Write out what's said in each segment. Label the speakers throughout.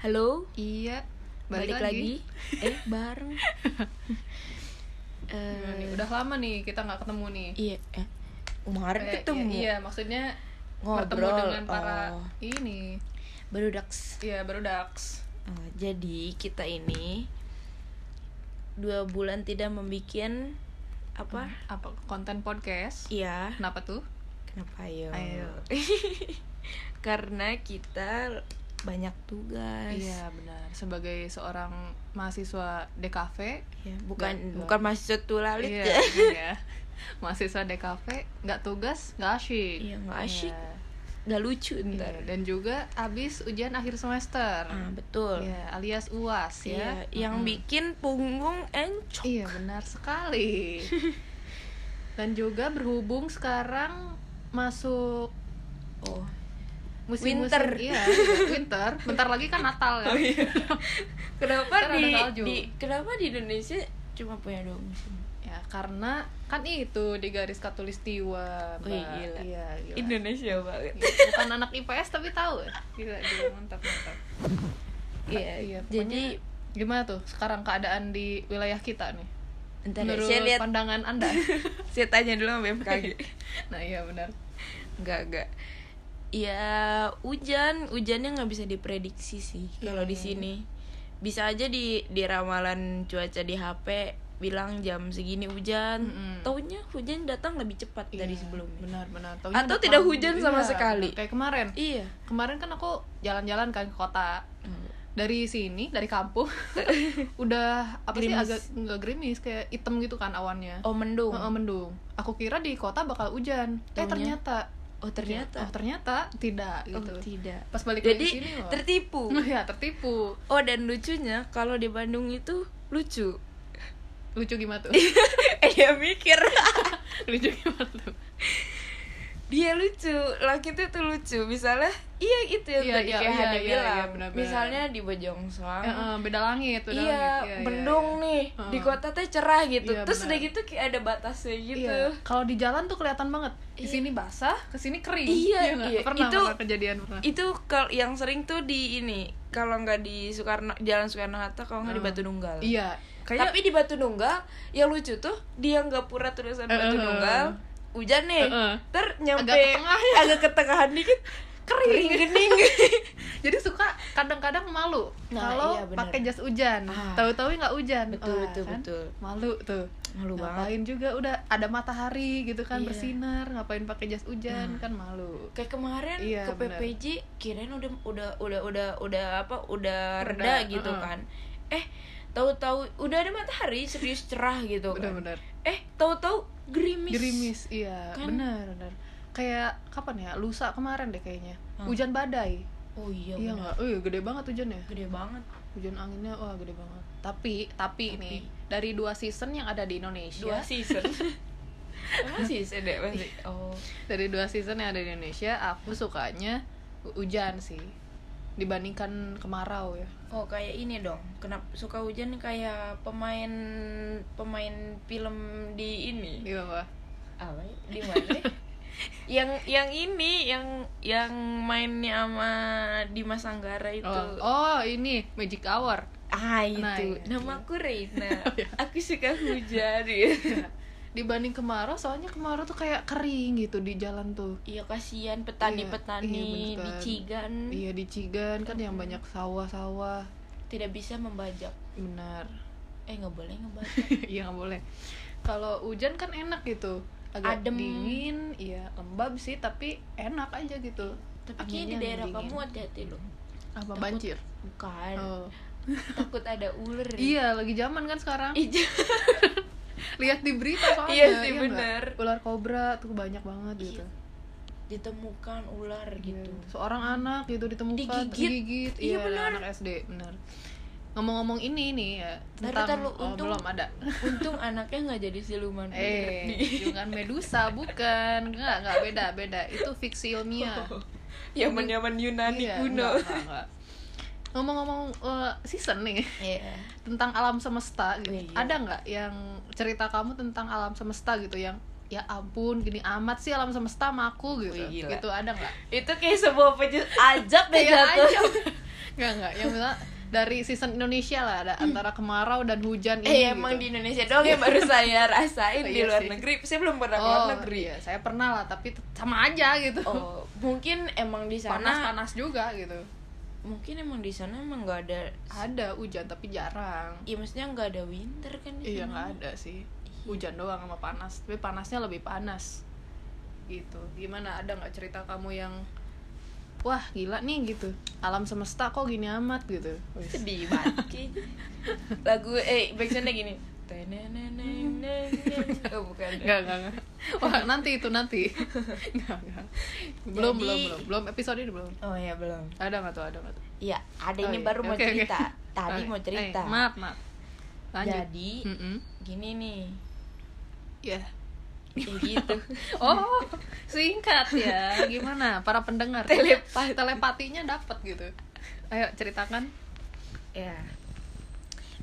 Speaker 1: Halo,
Speaker 2: Iya.
Speaker 1: balik, lagi. Eh, bareng.
Speaker 2: Gimana
Speaker 1: Eh,
Speaker 2: nih? Udah lama nih kita nggak ketemu nih.
Speaker 1: iya, eh, kemarin
Speaker 2: Kayak-
Speaker 1: ketemu.
Speaker 2: Iya, iya, maksudnya bertemu
Speaker 1: Ngobrol.
Speaker 2: dengan para
Speaker 1: Oh.
Speaker 2: ini.
Speaker 1: Baru daks.
Speaker 2: Iya, baru Dax.
Speaker 1: Oh, jadi kita ini dua bulan tidak membikin apa?
Speaker 2: Apa konten podcast?
Speaker 1: Iya.
Speaker 2: Kenapa tuh?
Speaker 1: Kenapa yo?
Speaker 2: Nah. Ayo.
Speaker 1: Karena kita banyak tugas.
Speaker 2: Iya, benar. Sebagai seorang mahasiswa DKV,
Speaker 1: Ya, bukan
Speaker 2: Betul.
Speaker 1: bukan mahasiswa tulalit
Speaker 2: iya,
Speaker 1: ya.
Speaker 2: iya. Mahasiswa DKV nggak tugas, nggak asyik.
Speaker 1: Iya, nggak asyik.
Speaker 2: Iya.
Speaker 1: Nggak lucu
Speaker 2: Iya,
Speaker 1: ntar.
Speaker 2: Dan juga abis ujian akhir semester.
Speaker 1: Ah, betul.
Speaker 2: Iya, alias UAS ya.
Speaker 1: Iya, yang
Speaker 2: Mm-mm.
Speaker 1: bikin punggung encok.
Speaker 2: Iya benar sekali. Dan juga berhubung sekarang masuk
Speaker 1: Oh.
Speaker 2: musim-musim
Speaker 1: Winter. Oh, iya.
Speaker 2: iya, winter. Bentar lagi kan Natal kan. Ntar
Speaker 1: Kenapa
Speaker 2: ada
Speaker 1: di,
Speaker 2: salju.
Speaker 1: di kenapa di Indonesia cuma punya dua musim?
Speaker 2: Ya karena kan itu di garis katulistiwa. Mbak.
Speaker 1: Wih, Oh, gila.
Speaker 2: Iya, gila.
Speaker 1: Indonesia banget.
Speaker 2: Gila, Bukan anak IPS tapi tahu. ya? Gila, gila mantap mantap.
Speaker 1: Iya,
Speaker 2: Iya, pokoknya-
Speaker 1: Jadi
Speaker 2: Gimana tuh sekarang keadaan di wilayah kita nih?
Speaker 1: entar deh,
Speaker 2: Menurut
Speaker 1: saya lihat
Speaker 2: pandangan Anda.
Speaker 1: saya tanya dulu sama BMKG.
Speaker 2: nah, iya benar.
Speaker 1: enggak, enggak. Ya, hujan, hujannya nggak bisa diprediksi sih kalau di
Speaker 2: Iya.
Speaker 1: sini. Bisa aja di di ramalan cuaca di HP bilang jam segini hujan,
Speaker 2: Mm-mm.
Speaker 1: taunya hujan datang lebih cepat dari
Speaker 2: Iya,
Speaker 1: sebelumnya.
Speaker 2: Benar benar. Taunya
Speaker 1: Atau
Speaker 2: udah
Speaker 1: tidak
Speaker 2: malam.
Speaker 1: hujan sama
Speaker 2: Iya,
Speaker 1: sekali.
Speaker 2: Kayak kemarin.
Speaker 1: Iya.
Speaker 2: Kemarin kan aku jalan-jalan kan ke kota. Dari sini, dari kampung. udah apa
Speaker 1: Gerimis.
Speaker 2: sih agak enggak gerimis kayak hitam gitu kan awannya.
Speaker 1: Oh, mendung.
Speaker 2: Heeh, mendung. Aku kira di kota bakal hujan. Eh
Speaker 1: Taunya-
Speaker 2: ternyata
Speaker 1: Oh,
Speaker 2: Oh,
Speaker 1: ternyata.
Speaker 2: ternyata tidak
Speaker 1: Oh,
Speaker 2: gitu.
Speaker 1: tidak.
Speaker 2: Pas balik
Speaker 1: Jadi
Speaker 2: lagi ke sini. wah.
Speaker 1: tertipu.
Speaker 2: ya, tertipu.
Speaker 1: Oh dan lucunya kalau di Bandung itu lucu.
Speaker 2: Lucu gimana tuh?
Speaker 1: Eh dia mikir
Speaker 2: Lucu gimana tuh?
Speaker 1: dia lucu laki itu tuh lucu misalnya iya itu yang
Speaker 2: Iya,
Speaker 1: tadi
Speaker 2: iya,
Speaker 1: kayak
Speaker 2: iya,
Speaker 1: Hadi
Speaker 2: iya,
Speaker 1: bilang
Speaker 2: iya, benar-benar.
Speaker 1: misalnya di Bojongsang
Speaker 2: Eh, eh, beda langit, beda
Speaker 1: iya
Speaker 2: langit. Iya, iya,
Speaker 1: mendung
Speaker 2: iya.
Speaker 1: nih di
Speaker 2: Heeh.
Speaker 1: kota teh cerah gitu
Speaker 2: Iya,
Speaker 1: terus
Speaker 2: benar.
Speaker 1: udah gitu kayak ada batasnya gitu
Speaker 2: Iya. Kalau di jalan tuh kelihatan banget. Di
Speaker 1: Iya.
Speaker 2: sini basah, ke sini kering.
Speaker 1: Iya,
Speaker 2: nggak?
Speaker 1: iya.
Speaker 2: Pernah
Speaker 1: Itu- iya.
Speaker 2: pernah kejadian pernah.
Speaker 1: itu kalau yang sering tuh di ini kalau nggak di Soekarno Jalan Soekarno Hatta kalau nggak di
Speaker 2: Heeh.
Speaker 1: Batu Nunggal
Speaker 2: Iya. Kayak
Speaker 1: tapi di Batu Nunggal yang lucu tuh di Anggapura tulisan
Speaker 2: Eh,
Speaker 1: Batu
Speaker 2: eh, eh.
Speaker 1: Nunggal hujan nih
Speaker 2: Eh, eh.
Speaker 1: ter nyampe
Speaker 2: Agak ke tengah.
Speaker 1: agak ke tengahan dikit kering, gening
Speaker 2: jadi suka kadang-kadang malu
Speaker 1: Nah,
Speaker 2: kalau
Speaker 1: iya, bener.
Speaker 2: pakai jas hujan.
Speaker 1: Ah.
Speaker 2: Tahu-tahu nggak hujan.
Speaker 1: betul
Speaker 2: Wah,
Speaker 1: betul
Speaker 2: kan?
Speaker 1: betul
Speaker 2: Malu tuh.
Speaker 1: malu banget
Speaker 2: ngapain juga udah ada matahari gitu
Speaker 1: Iya.
Speaker 2: kan
Speaker 1: Ah.
Speaker 2: bersinar, ngapain pakai jas hujan kan malu.
Speaker 1: kayak kemarin
Speaker 2: Iya,
Speaker 1: ke
Speaker 2: bener.
Speaker 1: PPJ kirain udah udah udah udah udah apa udah
Speaker 2: Reda,
Speaker 1: reda, gitu
Speaker 2: uh-uh.
Speaker 1: kan eh tahu-tahu udah ada matahari serius cerah gitu kan
Speaker 2: Benar-benar.
Speaker 1: eh tahu-tahu gerimis
Speaker 2: Gerimis, iya,
Speaker 1: Kan?
Speaker 2: benar, benar. Kayak kapan ya? Lusa kemarin deh kayaknya.
Speaker 1: Hmm.
Speaker 2: Hujan badai.
Speaker 1: oh iya,
Speaker 2: iya
Speaker 1: bener.
Speaker 2: nggak? Eh, gede banget hujannya.
Speaker 1: gede banget
Speaker 2: hujan anginnya wah gede banget tapi tapi,
Speaker 1: Tapi.
Speaker 2: nih dari dua season yang ada di Indonesia
Speaker 1: dua season emang Iya. season deh pasti oh
Speaker 2: dari dua season yang ada di Indonesia aku sukanya hu- hujan sih dibandingkan kemarau ya
Speaker 1: Oh kayak ini dong. Kenapa suka hujan kayak pemain pemain film di ini.
Speaker 2: iya apa
Speaker 1: Apa? ya? Di mana? ya? yang yang ini yang yang mainnya sama Dimas Anggara itu.
Speaker 2: oh, oh ini Magic Hour
Speaker 1: Ah itu.
Speaker 2: Nah, iya. Oh,
Speaker 1: Nama aku Reina. aku suka hujan. gitu.
Speaker 2: dibanding kemarau soalnya kemarau tuh kayak kering gitu di jalan tuh
Speaker 1: Iya kasihan
Speaker 2: Iya, iya,
Speaker 1: petani-petani di
Speaker 2: bener kan.
Speaker 1: Cigan
Speaker 2: iya di Cigan kan yang banyak sawah-sawah
Speaker 1: tidak bisa membajak.
Speaker 2: benar
Speaker 1: Eh nggak boleh ngebajak.
Speaker 2: iya nggak boleh kalau hujan kan enak gitu agak
Speaker 1: Adem.
Speaker 2: dingin iya lembab sih tapi enak aja gitu
Speaker 1: Tapi kayaknya
Speaker 2: Anginnya
Speaker 1: di daerah
Speaker 2: dingin.
Speaker 1: kamu hati-hati loh.
Speaker 2: apa
Speaker 1: Takut.
Speaker 2: banjir
Speaker 1: Bukan.
Speaker 2: oh.
Speaker 1: Takut ada ular.
Speaker 2: iya lagi zaman kan sekarang
Speaker 1: Iya.
Speaker 2: lihat di berita soalnya
Speaker 1: Iya sih,
Speaker 2: nggak?
Speaker 1: bener.
Speaker 2: ular kobra tuh banyak banget
Speaker 1: Iya,
Speaker 2: gitu
Speaker 1: ditemukan ular gitu.
Speaker 2: Iya. seorang anak gitu ditemukan
Speaker 1: Digigit.
Speaker 2: digigit.
Speaker 1: Iya,
Speaker 2: iya
Speaker 1: bener.
Speaker 2: anak SD bener ngomong-ngomong ini nih ya
Speaker 1: Taruh,
Speaker 2: tentang
Speaker 1: taruh,
Speaker 2: oh,
Speaker 1: untung.
Speaker 2: belum ada
Speaker 1: Untung anaknya nggak jadi siluman ular.
Speaker 2: eh bukan medusa bukan nggak nggak beda beda itu fiksi
Speaker 1: Iya. Oh.
Speaker 2: ilmiah
Speaker 1: Yaman-yaman Yunani
Speaker 2: Iya,
Speaker 1: kuno.
Speaker 2: enggak, enggak, enggak. Ngomong-ngomong eh, season nih
Speaker 1: Iya.
Speaker 2: tentang alam semesta gitu.
Speaker 1: Iya.
Speaker 2: Ada nggak yang cerita kamu tentang alam semesta gitu yang ya ampun gini amat sih alam semesta sama aku gitu.
Speaker 1: Wih, gila.
Speaker 2: Gitu ada nggak?
Speaker 1: Itu kayak sebuah penjelasan ajab deh
Speaker 2: Kayak
Speaker 1: jatuh.
Speaker 2: aja. Enggak enggak, yang misalnya dari season Indonesia lah ada antara kemarau dan hujan
Speaker 1: Hmm.
Speaker 2: ini. gitu.
Speaker 1: Eh emang di Indonesia doang yang baru saya rasain
Speaker 2: Oh,
Speaker 1: di
Speaker 2: iya
Speaker 1: luar
Speaker 2: sih.
Speaker 1: negeri. Saya belum pernah ke luar
Speaker 2: Oh,
Speaker 1: negeri.
Speaker 2: iya, saya pernah lah, tapi tet- sama aja gitu.
Speaker 1: Oh, mungkin emang di sana
Speaker 2: Panas-panas juga gitu.
Speaker 1: mungkin emang di sana emang nggak ada
Speaker 2: Ada hujan tapi jarang.
Speaker 1: Iya maksudnya nggak ada winter kan di
Speaker 2: Iya
Speaker 1: sana.
Speaker 2: nggak ada sih. Hujan doang sama panas. Tapi panasnya lebih panas. Gitu. Gimana ada nggak cerita kamu yang wah gila nih gitu. Alam semesta kok gini amat gitu. Wis.
Speaker 1: Sedih banget kayaknya. Lagu eh backsoundnya gini. Teneneneneneng. Oh bukan.
Speaker 2: Nggak nggak nggak. Wah nanti itu nanti. Nggak nggak.
Speaker 1: Jadi-
Speaker 2: Belum belum belum belum episode ini iya, belum.
Speaker 1: Oh ya belum.
Speaker 2: Ada nggak tuh ada nggak tuh.
Speaker 1: Iya, ada
Speaker 2: Oh,
Speaker 1: ini
Speaker 2: iya.
Speaker 1: baru mau
Speaker 2: Oke, oke.
Speaker 1: cerita. Tadi
Speaker 2: Oke.
Speaker 1: mau cerita.
Speaker 2: Eh, maaf maaf. Lanjut. Hmm.
Speaker 1: Jadi
Speaker 2: Mm-mm.
Speaker 1: gini nih.
Speaker 2: Ya.
Speaker 1: Ya gitu.
Speaker 2: Oh, singkat ya. Gimana? Para pendengar.
Speaker 1: Telepati.
Speaker 2: Telepatinya dapat gitu. Ayo ceritakan. Iya.
Speaker 1: ya.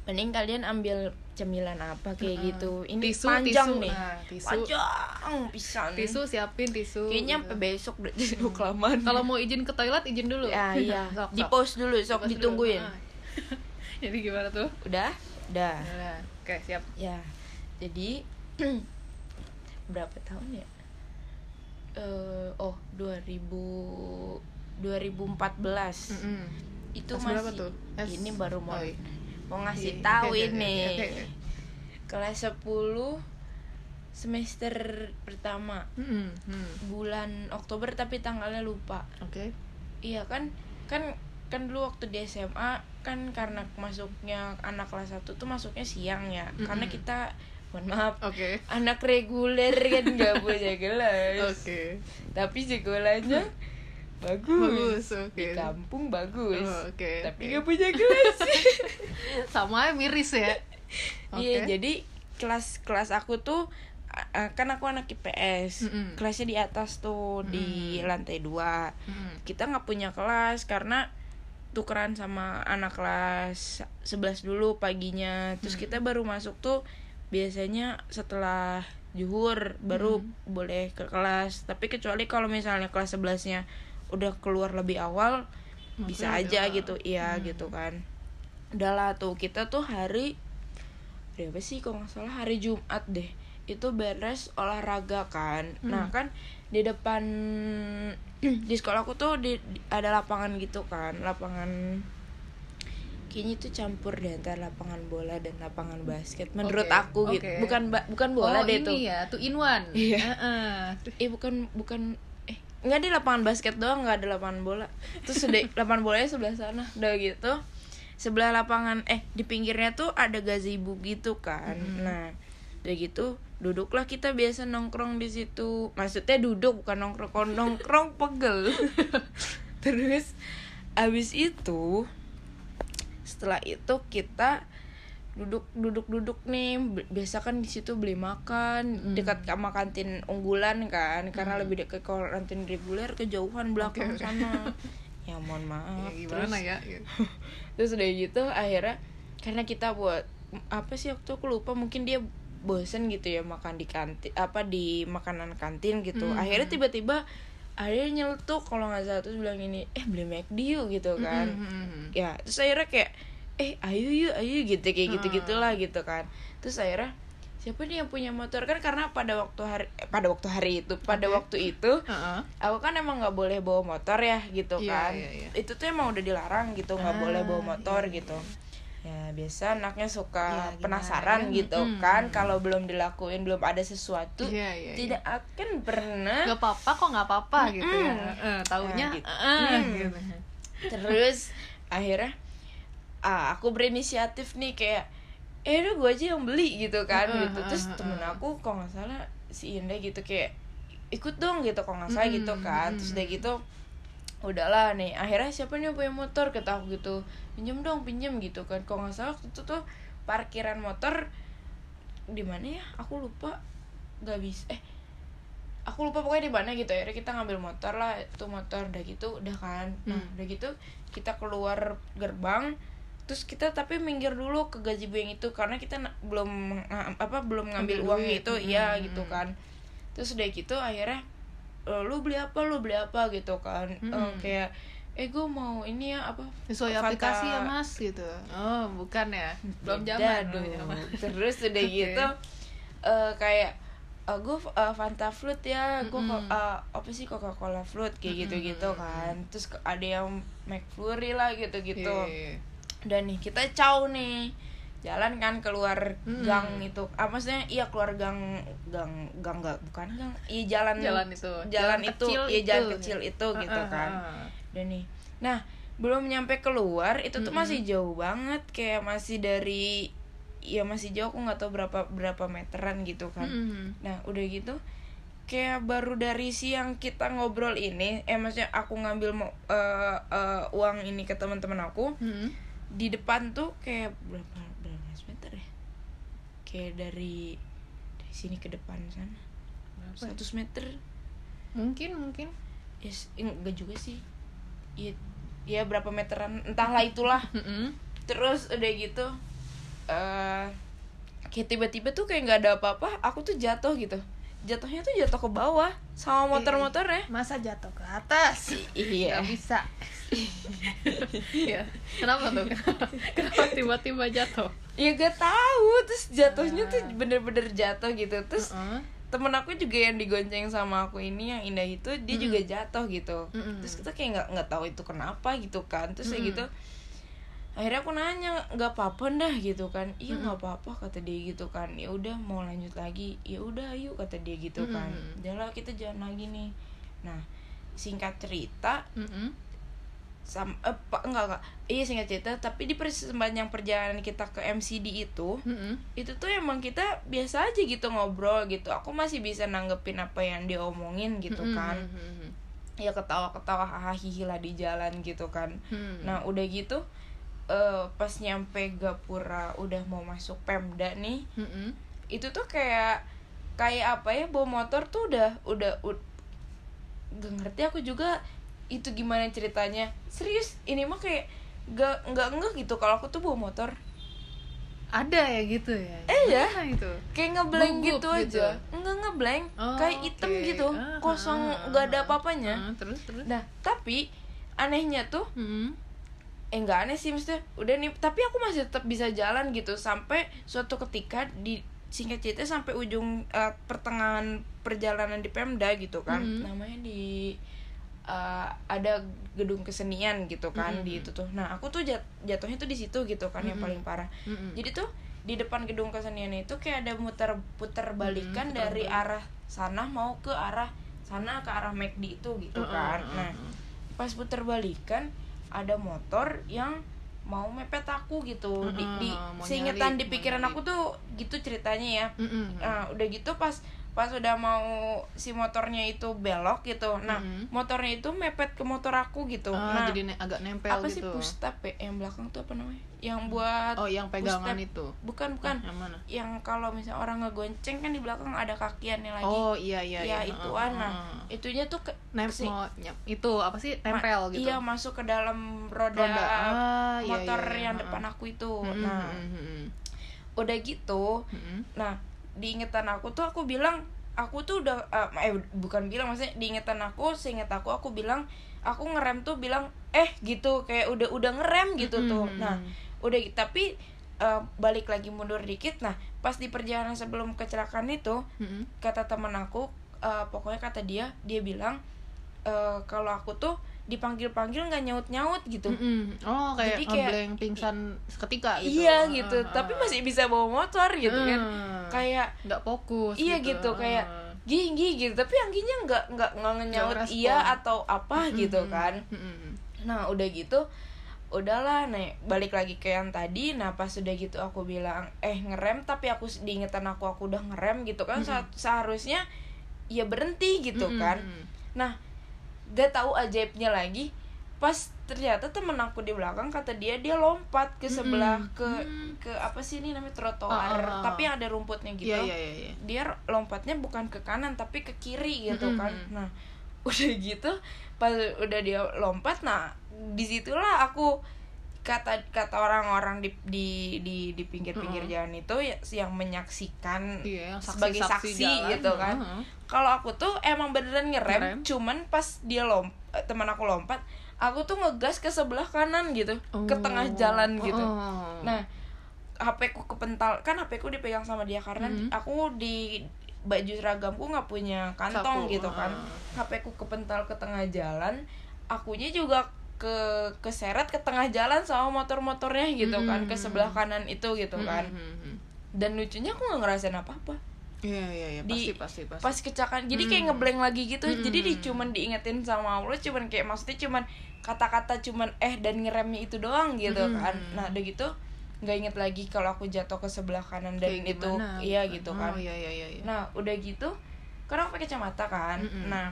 Speaker 1: Mending kalian ambil cemilan apa kayak gitu. Ini
Speaker 2: Eh, Hmm. Tisu,
Speaker 1: panjang
Speaker 2: tisu.
Speaker 1: nih.
Speaker 2: Nah, tisu.
Speaker 1: Panjang pisan.
Speaker 2: Tisu siapin tisu.
Speaker 1: Kayaknya
Speaker 2: gitu.
Speaker 1: sampai besok berarti udah kelamaan.
Speaker 2: kalau mau izin ke toilet izin dulu.
Speaker 1: ya iya.
Speaker 2: Sok, sok.
Speaker 1: Di post dulu sok
Speaker 2: Lepas dulu.
Speaker 1: ditungguin.
Speaker 2: Ah. Jadi gimana tuh?
Speaker 1: Udah? Udah.
Speaker 2: Nah, Oke, siap.
Speaker 1: Ya. Jadi berapa tahun ya? Eh oh, 2000 2014.
Speaker 2: Mm-mm.
Speaker 1: Itu
Speaker 2: Kelas berapa
Speaker 1: masih
Speaker 2: tuh? S-
Speaker 1: ini baru mau
Speaker 2: Oh, iya.
Speaker 1: mau ngasih
Speaker 2: Iya,
Speaker 1: tahu
Speaker 2: oke, oke,
Speaker 1: ini.
Speaker 2: oke, oke.
Speaker 1: Kelas 10 semester pertama
Speaker 2: Mm-mm, mm.
Speaker 1: bulan Oktober tapi tanggalnya lupa.
Speaker 2: Oke.
Speaker 1: Iya kan kan kan dulu waktu di SMA kan karena masuknya anak kelas 1 tuh masuknya siang ya. Karena
Speaker 2: Mm-mm.
Speaker 1: kita mohon maaf
Speaker 2: Oke.
Speaker 1: anak reguler kan nggak punya gelas
Speaker 2: Oke. Hmm?
Speaker 1: tapi sekolahnya bagus,
Speaker 2: Bagus,
Speaker 1: Hmm.
Speaker 2: oke.
Speaker 1: di kampung bagus
Speaker 2: Oh, oke,
Speaker 1: tapi
Speaker 2: oke.
Speaker 1: nggak punya gelas
Speaker 2: Sama aja miris ya.
Speaker 1: iya jadi kelas kelas aku tuh a- a- kan aku anak IPS
Speaker 2: Mm-mm.
Speaker 1: kelasnya di atas tuh di lantai dua
Speaker 2: Mm.
Speaker 1: Hmm. kita nggak punya kelas karena tukeran sama anak kelas 11 dulu paginya terus kita baru masuk tuh biasanya setelah juhur baru boleh ke kelas tapi kecuali kalau misalnya kelas 11-nya udah keluar lebih awal bisa
Speaker 2: Maksudnya Hmm.
Speaker 1: aja
Speaker 2: ada-
Speaker 1: gitu iya gitu kan udahlah tuh kita tuh hari hari apa sih kalau nggak salah hari Jumat deh itu beres olahraga kan
Speaker 2: Hmm.
Speaker 1: nah kan di depan di sekolah aku tuh di, di- ada lapangan gitu kan lapangan kayaknya itu campur deh antara lapangan bola dan lapangan basket menurut
Speaker 2: Oke,
Speaker 1: aku gitu
Speaker 2: oke.
Speaker 1: bukan ba- bukan bola
Speaker 2: oh,
Speaker 1: deh
Speaker 2: ini
Speaker 1: tuh
Speaker 2: ya, two in one.
Speaker 1: Iya. eh
Speaker 2: Heeh.
Speaker 1: bukan bukan eh nggak di lapangan basket doang nggak ada lapangan bola terus udah lapangan bolanya sebelah sana udah gitu sebelah lapangan eh di pinggirnya tuh ada gazebo gitu kan nah udah gitu duduklah kita biasa nongkrong di situ maksudnya duduk bukan nongkrong Kalau nongkrong pegel terus abis itu setelah itu kita duduk duduk duduk nih B- biasa kan di situ beli makan
Speaker 2: Hmm.
Speaker 1: dekat sama kantin unggulan kan karena lebih dekat ke kantin reguler kejauhan belakang sana ya mohon
Speaker 2: Ya,
Speaker 1: maaf
Speaker 2: gimana ya?
Speaker 1: Iya.
Speaker 2: gitu.
Speaker 1: terus udah gitu akhirnya karena kita buat apa sih waktu aku lupa mungkin dia bosen gitu ya makan di kantin apa di makanan kantin gitu
Speaker 2: Hmm.
Speaker 1: akhirnya tiba-tiba akhirnya nyeletuk kalau nggak salah terus bilang ini eh beli McD yuk gitu
Speaker 2: Hmm,
Speaker 1: kan
Speaker 2: Mm-mm.
Speaker 1: ya terus akhirnya kayak eh ayo yuk ayo yuk, gitu
Speaker 2: Hmm.
Speaker 1: kayak gitu gitulah gitu kan terus akhirnya siapa nih yang punya motor kan karena pada waktu hari eh, pada waktu hari itu pada waktu itu
Speaker 2: Heeh.
Speaker 1: aku kan emang nggak boleh bawa motor ya gitu
Speaker 2: Iya,
Speaker 1: kan
Speaker 2: iya, iya.
Speaker 1: itu tuh emang udah dilarang gitu nggak
Speaker 2: Ah,
Speaker 1: boleh bawa
Speaker 2: iya,
Speaker 1: motor gitu ya biasa anaknya
Speaker 2: Iya,
Speaker 1: suka
Speaker 2: gimana
Speaker 1: penasaran
Speaker 2: kan?
Speaker 1: gitu
Speaker 2: Mm.
Speaker 1: kan kalau belum dilakuin belum ada sesuatu
Speaker 2: Iya, iya,
Speaker 1: tidak akan pernah
Speaker 2: Gak apa-apa kok gak apa-apa gitu ya. Heeh, taunya
Speaker 1: Nah, gitu.
Speaker 2: heeh, gitu.
Speaker 1: terus akhirnya ah, aku berinisiatif nih kayak eh udah gue aja yang beli gitu kan
Speaker 2: Heeh,
Speaker 1: gitu terus
Speaker 2: heeh,
Speaker 1: temen
Speaker 2: heeh.
Speaker 1: aku kalau nggak salah si Indah gitu kayak ikut dong gitu kalau nggak salah gitu kan terus udah gitu udahlah nih akhirnya siapa nih yang punya motor kata aku gitu pinjem dong pinjem gitu kan kalau nggak salah waktu itu tuh parkiran motor di mana ya aku lupa nggak bisa eh aku lupa pokoknya di mana gitu akhirnya kita ngambil motor lah itu motor udah gitu udah kan nah
Speaker 2: Hmm.
Speaker 1: udah gitu kita keluar gerbang terus kita tapi minggir dulu ke gaji yang itu karena kita na- belum nga- apa belum ngambil
Speaker 2: Ambil
Speaker 1: uangnya
Speaker 2: duit, Hmm,
Speaker 1: itu iya gitu kan terus udah gitu akhirnya e, lu beli apa lu beli apa gitu kan E, kayak eh gue mau ini ya apa
Speaker 2: Hmm. sesuai
Speaker 1: Fanta-
Speaker 2: aplikasi ya mas gitu oh bukan ya Iya, belum zaman
Speaker 1: Beda
Speaker 2: belum
Speaker 1: dong.
Speaker 2: zaman.
Speaker 1: terus udah
Speaker 2: Oke.
Speaker 1: gitu eh, kayak gue Fanta Fruit ya gue
Speaker 2: Mm-mm.
Speaker 1: apa sih Coca Cola Fruit kayak
Speaker 2: Mm-mm.
Speaker 1: gitu gitu kan terus ke- ada yang McFlurry lah gitu gitu
Speaker 2: Iya.
Speaker 1: dan nih kita caw nih jalan kan keluar
Speaker 2: Mm-mm.
Speaker 1: gang itu ah maksudnya iya keluar gang gang gang nggak bukan gang iya jalan
Speaker 2: jalan itu
Speaker 1: jalan, itu iya jalan kecil itu gitu
Speaker 2: Heeh,
Speaker 1: kan
Speaker 2: heeh.
Speaker 1: dan nih nah belum nyampe keluar itu tuh
Speaker 2: Mm-mm.
Speaker 1: masih jauh banget kayak masih dari ya masih jauh aku nggak tahu berapa berapa meteran gitu kan
Speaker 2: Mm-mm.
Speaker 1: nah udah gitu kayak baru dari siang kita ngobrol ini eh maksudnya aku ngambil mau eh, eh, uang ini ke teman-teman aku
Speaker 2: Mm-mm.
Speaker 1: di depan tuh kayak berapa berapa ratus meter ya kayak dari dari sini ke depan sana
Speaker 2: Berapa ya?
Speaker 1: 100 meter
Speaker 2: mungkin mungkin
Speaker 1: ya s- enggak juga sih ya, ya berapa meteran entahlah itulah
Speaker 2: Mm-mm.
Speaker 1: terus udah gitu eh kayak tiba-tiba tuh kayak nggak ada apa-apa aku tuh jatuh gitu jatuhnya tuh jatuh ke bawah sama motor-motornya
Speaker 2: masa jatuh ke atas
Speaker 1: iya
Speaker 2: Nggak bisa Iya. kenapa tuh kenapa, kenapa tiba-tiba jatuh
Speaker 1: ya gak tahu terus jatuhnya tuh bener-bener jatuh gitu terus
Speaker 2: Heeh.
Speaker 1: temen aku juga yang digonceng sama aku ini yang indah itu dia
Speaker 2: Mm-mm.
Speaker 1: juga jatuh gitu
Speaker 2: Mm-mm.
Speaker 1: terus kita kayak nggak nggak tahu itu kenapa gitu kan terus kayak
Speaker 2: Mm-mm.
Speaker 1: gitu akhirnya aku nanya nggak apa-apa dah gitu kan iya
Speaker 2: Mm-mm.
Speaker 1: nggak apa-apa kata dia gitu kan ya udah mau lanjut lagi ya udah yuk kata dia gitu kan
Speaker 2: Mm-mm.
Speaker 1: jalan kita jalan lagi nih nah singkat cerita
Speaker 2: Mm-mm.
Speaker 1: sama eh, pa- enggak enggak iya singkat cerita tapi di persis- sepanjang perjalanan kita ke MCD itu
Speaker 2: Mm-mm.
Speaker 1: itu tuh emang kita biasa aja gitu ngobrol gitu aku masih bisa nanggepin apa yang diomongin gitu
Speaker 2: Mm-mm.
Speaker 1: kan
Speaker 2: Mm-mm.
Speaker 1: ya ketawa-ketawa hahaha hihi lah di jalan gitu kan
Speaker 2: Mm.
Speaker 1: nah udah gitu eh, pas nyampe Gapura udah mau masuk Pemda nih
Speaker 2: Mm-mm.
Speaker 1: itu tuh kayak kayak apa ya bawa motor tuh udah udah ud- gak ngerti aku juga itu gimana ceritanya serius ini mah kayak gak nggak nggak gitu kalau aku tuh bawa motor
Speaker 2: ada ya gitu ya
Speaker 1: Eh, ya.
Speaker 2: Gimana itu
Speaker 1: kayak ngeblank
Speaker 2: Gugup
Speaker 1: gitu,
Speaker 2: gitu.
Speaker 1: aja enggak ngeblank
Speaker 2: Oh,
Speaker 1: kayak item
Speaker 2: oke.
Speaker 1: gitu
Speaker 2: Ah,
Speaker 1: kosong
Speaker 2: ah,
Speaker 1: nggak ada
Speaker 2: ah,
Speaker 1: apa-apanya
Speaker 2: ah, terus terus
Speaker 1: nah tapi anehnya tuh
Speaker 2: Mm-mm.
Speaker 1: eh nggak aneh sih maksudnya udah nih tapi aku masih tetap bisa jalan gitu sampai suatu ketika di singkat cerita sampai ujung eh, pertengahan perjalanan di Pemda gitu kan
Speaker 2: Mhm.
Speaker 1: namanya di eh, ada gedung kesenian gitu kan di
Speaker 2: Mhm.
Speaker 1: itu tuh nah aku tuh jat- jatuhnya tuh di situ gitu kan yang
Speaker 2: Mhm.
Speaker 1: paling parah
Speaker 2: Mm-mm.
Speaker 1: jadi tuh di depan gedung kesenian itu kayak ada muter puter balikan
Speaker 2: Hmm, puter
Speaker 1: dari
Speaker 2: balik.
Speaker 1: arah sana mau ke arah sana ke arah McD itu gitu
Speaker 2: Heeh,
Speaker 1: kan.
Speaker 2: heeh,
Speaker 1: Nah,
Speaker 2: heeh.
Speaker 1: pas puter balikan ada motor yang mau mepet aku gitu. Di, di
Speaker 2: Heeh, Hmm, mau
Speaker 1: seingetan
Speaker 2: nyalip,
Speaker 1: di
Speaker 2: mau Hmm.
Speaker 1: pikiran
Speaker 2: nyalip.
Speaker 1: aku tuh gitu ceritanya ya.
Speaker 2: Mm-mm.
Speaker 1: Nah, udah gitu pas pas udah mau si motornya itu belok gitu. Nah,
Speaker 2: Mhm.
Speaker 1: motornya itu mepet ke motor aku gitu.
Speaker 2: Ah,
Speaker 1: nah,
Speaker 2: jadi ne- agak nempel
Speaker 1: apa sih
Speaker 2: gitu
Speaker 1: pustap ya? yang belakang tuh apa namanya? Yang buat
Speaker 2: oh yang pegangan
Speaker 1: Pustep.
Speaker 2: itu
Speaker 1: bukan bukan
Speaker 2: yang mana
Speaker 1: yang kalau misalnya orang ngegonceng kan di belakang ada kakiannya lagi
Speaker 2: oh iya iya
Speaker 1: ya
Speaker 2: iya.
Speaker 1: itu
Speaker 2: Heeh,
Speaker 1: nah
Speaker 2: heeh.
Speaker 1: itunya tuh ke,
Speaker 2: Nem-
Speaker 1: si-
Speaker 2: mau nyam- itu apa sih nempel
Speaker 1: ma-
Speaker 2: gitu
Speaker 1: iya masuk ke dalam roda,
Speaker 2: Roda. Ah, iya,
Speaker 1: motor
Speaker 2: iya, iya.
Speaker 1: yang
Speaker 2: Heeh.
Speaker 1: depan aku itu
Speaker 2: Mm-mm,
Speaker 1: nah
Speaker 2: mm-mm, mm-mm.
Speaker 1: udah gitu
Speaker 2: Mm-mm.
Speaker 1: nah diingetan aku tuh aku bilang aku tuh udah eh eh, bukan bilang maksudnya diingetan aku seinget aku aku bilang aku ngerem tuh bilang eh gitu kayak udah udah ngerem gitu tuh
Speaker 2: Mm-mm.
Speaker 1: nah udah gitu, tapi eh, balik lagi mundur dikit nah pas di perjalanan sebelum kecelakaan itu
Speaker 2: Mm-mm.
Speaker 1: kata teman aku eh, pokoknya kata dia dia bilang eh, kalau aku tuh dipanggil panggil nggak nyaut nyaut gitu
Speaker 2: Mm-mm. oh kayak
Speaker 1: Jadi kayak-
Speaker 2: ngeblank pingsan seketika gitu
Speaker 1: iya
Speaker 2: Heeh,
Speaker 1: gitu
Speaker 2: heeh.
Speaker 1: tapi masih bisa bawa motor gitu kan
Speaker 2: Heeh.
Speaker 1: kayak
Speaker 2: nggak fokus Ah,
Speaker 1: Iya gitu, kayak
Speaker 2: Heeh.
Speaker 1: ginggi gitu tapi yang ginya nggak nggak nggak nyaut
Speaker 2: Nggak
Speaker 1: iya
Speaker 2: respon.
Speaker 1: atau apa gitu
Speaker 2: Mm-mm.
Speaker 1: kan
Speaker 2: ah. Mm-mm.
Speaker 1: Nah udah gitu udahlah nih balik lagi ke yang tadi nah pas udah gitu aku bilang eh ngerem tapi aku s- diingetan aku aku udah ngerem gitu kan
Speaker 2: Mm-mm.
Speaker 1: Sa- seharusnya ya berhenti gitu
Speaker 2: Mm-mm,
Speaker 1: kan
Speaker 2: mm-mm.
Speaker 1: nah gak tahu ajaibnya lagi pas ternyata temen aku di belakang kata dia dia lompat ke sebelah
Speaker 2: Mm-mm.
Speaker 1: ke
Speaker 2: Mm.
Speaker 1: ke apa sih ini namanya trotoar
Speaker 2: Ah, ah, ah.
Speaker 1: tapi yang ada rumputnya gitu
Speaker 2: Iya iya iya. iya.
Speaker 1: dia lompatnya bukan ke kanan tapi ke kiri gitu kan
Speaker 2: Mhm.
Speaker 1: nah udah gitu pas udah dia lompat nah disitulah aku kata kata orang-orang di di di, di pinggir-pinggir
Speaker 2: Mhm.
Speaker 1: jalan itu ya- yang menyaksikan
Speaker 2: Iya, yang saksi,
Speaker 1: sebagai saksi,
Speaker 2: jalan.
Speaker 1: gitu kan
Speaker 2: Heeh.
Speaker 1: kalau aku tuh emang beneran ngerem
Speaker 2: Ngerem.
Speaker 1: cuman pas dia lom eh, teman aku lompat aku tuh ngegas ke sebelah kanan gitu ke
Speaker 2: Oh.
Speaker 1: tengah jalan gitu
Speaker 2: Oh.
Speaker 1: nah HP ku kepental kan HP ku dipegang sama dia karena
Speaker 2: Mhm.
Speaker 1: aku di baju seragamku nggak punya kantong
Speaker 2: Saku,
Speaker 1: gitu kan
Speaker 2: ah.
Speaker 1: HP ku kepental ke tengah jalan akunya juga ke keseret ke tengah jalan sama motor-motornya gitu kan ke
Speaker 2: Mhm.
Speaker 1: sebelah kanan itu gitu kan
Speaker 2: Hmm, hmm, hmm.
Speaker 1: dan lucunya aku nggak ngerasain apa-apa
Speaker 2: Iya iya iya pasti
Speaker 1: Di-
Speaker 2: pasti pasti.
Speaker 1: pas kecelakaan jadi kayak
Speaker 2: Hmm.
Speaker 1: ngeblank lagi gitu jadi di cuman diingetin sama Allah cuman kayak maksudnya cuman kata-kata cuman eh dan ngeremnya itu doang gitu
Speaker 2: Hmm.
Speaker 1: kan nah udah gitu nggak inget lagi kalau aku jatuh ke sebelah kanan dan
Speaker 2: Kayak
Speaker 1: itu
Speaker 2: gimana,
Speaker 1: iya gitu kan
Speaker 2: Oh iya iya iya. Hmm, iya.
Speaker 1: nah udah gitu karena aku pakai kacamata kan
Speaker 2: Mm-mm.
Speaker 1: nah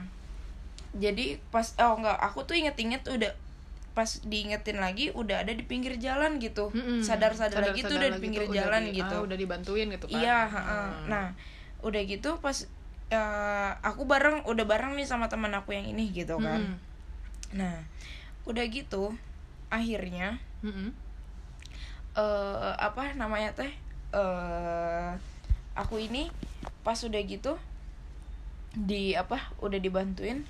Speaker 1: jadi pas oh enggak aku tuh inget-inget udah pas diingetin lagi udah ada di pinggir jalan gitu
Speaker 2: Mm-mm.
Speaker 1: sadar-sadar lagi tuh
Speaker 2: Sadar-sadar
Speaker 1: udah di pinggir
Speaker 2: tuh udah
Speaker 1: jalan
Speaker 2: di-
Speaker 1: gitu
Speaker 2: ah, udah dibantuin gitu kan.
Speaker 1: Iya, heeh. nah udah gitu pas eh, aku bareng udah bareng nih sama teman aku yang ini gitu kan.
Speaker 2: Mm-mm.
Speaker 1: Nah udah gitu akhirnya
Speaker 2: Mm-mm.
Speaker 1: eh apa namanya teh eh aku ini pas udah gitu di apa udah dibantuin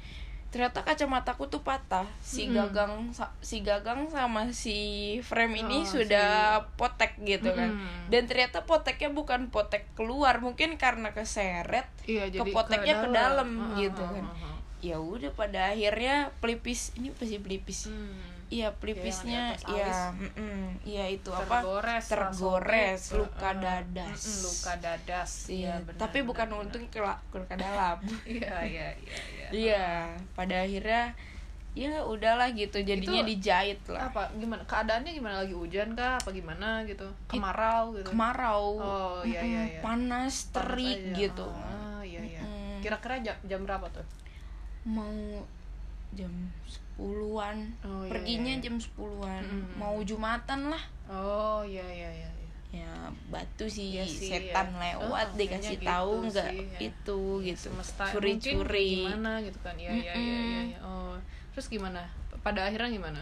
Speaker 1: ternyata kacamataku tuh patah si
Speaker 2: Mm-mm.
Speaker 1: gagang sa- si gagang sama si frame ini
Speaker 2: Oh,
Speaker 1: sudah potek gitu kan
Speaker 2: Mm-mm.
Speaker 1: dan ternyata poteknya bukan potek keluar mungkin karena keseret
Speaker 2: Iya, jadi
Speaker 1: kepoteknya ke dalam,
Speaker 2: Ah,
Speaker 1: gitu
Speaker 2: ah,
Speaker 1: kan.
Speaker 2: ah, ah.
Speaker 1: ya udah pada akhirnya pelipis ini pasti pelipis
Speaker 2: Hmm.
Speaker 1: Iya pelipisnya
Speaker 2: atas
Speaker 1: ya mm-mm. iya itu apa
Speaker 2: tergores
Speaker 1: tergores,
Speaker 2: langsung.
Speaker 1: luka dadas.
Speaker 2: Mm-mm, luka dadas
Speaker 1: Iya,
Speaker 2: benar,
Speaker 1: tapi
Speaker 2: benar,
Speaker 1: bukan
Speaker 2: benar.
Speaker 1: untung ke ke dalam
Speaker 2: iya iya iya iya.
Speaker 1: iya pada akhirnya ya udahlah gitu jadinya
Speaker 2: Itu-
Speaker 1: dijahit lah
Speaker 2: apa gimana keadaannya gimana lagi hujan kah apa gimana gitu kemarau gitu
Speaker 1: kemarau
Speaker 2: Oh, iya, iya,
Speaker 1: mm-mm,
Speaker 2: iya.
Speaker 1: panas
Speaker 2: Panas
Speaker 1: terik
Speaker 2: aja.
Speaker 1: gitu
Speaker 2: ah iya iya
Speaker 1: Mm.
Speaker 2: kira-kira jam, jam berapa tuh
Speaker 1: mau jam 10-an
Speaker 2: Oh, iya,
Speaker 1: perginya
Speaker 2: iya, iya.
Speaker 1: jam 10-an
Speaker 2: Mm-mm.
Speaker 1: mau jumatan lah
Speaker 2: oh iya iya iya iya.
Speaker 1: ya batu sih,
Speaker 2: Iya sih,
Speaker 1: setan
Speaker 2: iya.
Speaker 1: lewat
Speaker 2: Oh,
Speaker 1: dikasih
Speaker 2: kayaknya
Speaker 1: tahu
Speaker 2: gitu
Speaker 1: nggak
Speaker 2: sih, ya.
Speaker 1: itu gitu
Speaker 2: semesta
Speaker 1: curi
Speaker 2: mungkin
Speaker 1: curi
Speaker 2: gimana gitu kan iya iya iya iya iya. oh terus gimana pada akhirnya gimana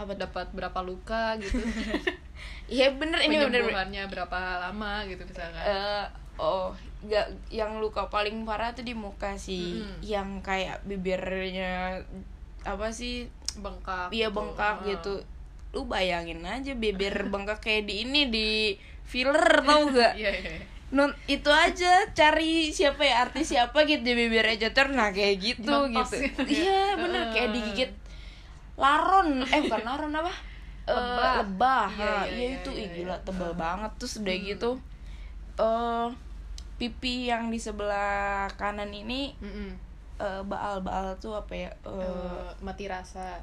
Speaker 1: apa tuh?
Speaker 2: dapat berapa luka gitu
Speaker 1: Iya bener ini bener, bener.
Speaker 2: penyembuhannya berapa lama gitu misalkan
Speaker 1: Eh, oh nggak yang luka paling parah tuh di muka sih
Speaker 2: Mm-mm.
Speaker 1: yang kayak bibirnya apa sih
Speaker 2: bengkak
Speaker 1: iya
Speaker 2: gitu.
Speaker 1: bengkak
Speaker 2: Ah.
Speaker 1: gitu lu bayangin aja bibir bengkak kayak di ini di filler tau gak
Speaker 2: iya iya iya.
Speaker 1: non itu aja cari siapa ya artis siapa gitu di bibirnya jatuh nah kayak gitu
Speaker 2: Dimentos
Speaker 1: gitu
Speaker 2: gitu ya.
Speaker 1: iya bener kayak digigit laron eh bukan laron apa Eh,
Speaker 2: Lebah.
Speaker 1: lebah
Speaker 2: Iya,
Speaker 1: Nah,
Speaker 2: iya,
Speaker 1: iya
Speaker 2: iya,
Speaker 1: itu
Speaker 2: iya,
Speaker 1: ih,
Speaker 2: iya. Hmm.
Speaker 1: gila tebal banget terus udah gitu eh pipi yang di sebelah kanan ini
Speaker 2: Mm-mm.
Speaker 1: eh, baal baal tuh apa ya Eh,
Speaker 2: Eh, mati rasa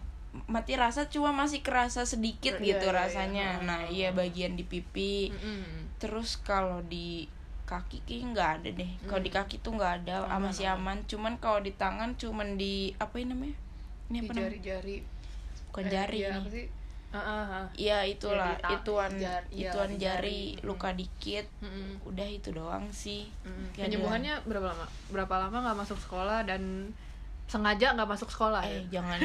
Speaker 1: mati rasa cuma masih kerasa sedikit
Speaker 2: Iya,
Speaker 1: gitu
Speaker 2: iya, iya.
Speaker 1: rasanya
Speaker 2: Hmm.
Speaker 1: nah iya bagian di pipi
Speaker 2: Mm-mm.
Speaker 1: terus kalau di kaki kayaknya nggak ada deh kalau di kaki tuh nggak ada
Speaker 2: Hmm.
Speaker 1: sama
Speaker 2: Aman,
Speaker 1: si aman cuman kalau di tangan cuman di apa ini namanya ini
Speaker 2: di
Speaker 1: apa namanya ya.
Speaker 2: jari-jari
Speaker 1: bukan
Speaker 2: Eh,
Speaker 1: jari
Speaker 2: iya, apa
Speaker 1: ini
Speaker 2: sih Ah, ah, ah.
Speaker 1: iya itulah
Speaker 2: Iya, di ta-
Speaker 1: ituan
Speaker 2: jar- iya,
Speaker 1: ituan
Speaker 2: di jari.
Speaker 1: jari luka dikit
Speaker 2: Mm-mm.
Speaker 1: udah itu doang sih
Speaker 2: Mm-mm.
Speaker 1: Gak iya, ada
Speaker 2: penyembuhannya berapa lama berapa lama nggak masuk sekolah dan sengaja nggak masuk sekolah
Speaker 1: eh
Speaker 2: ya?
Speaker 1: jangan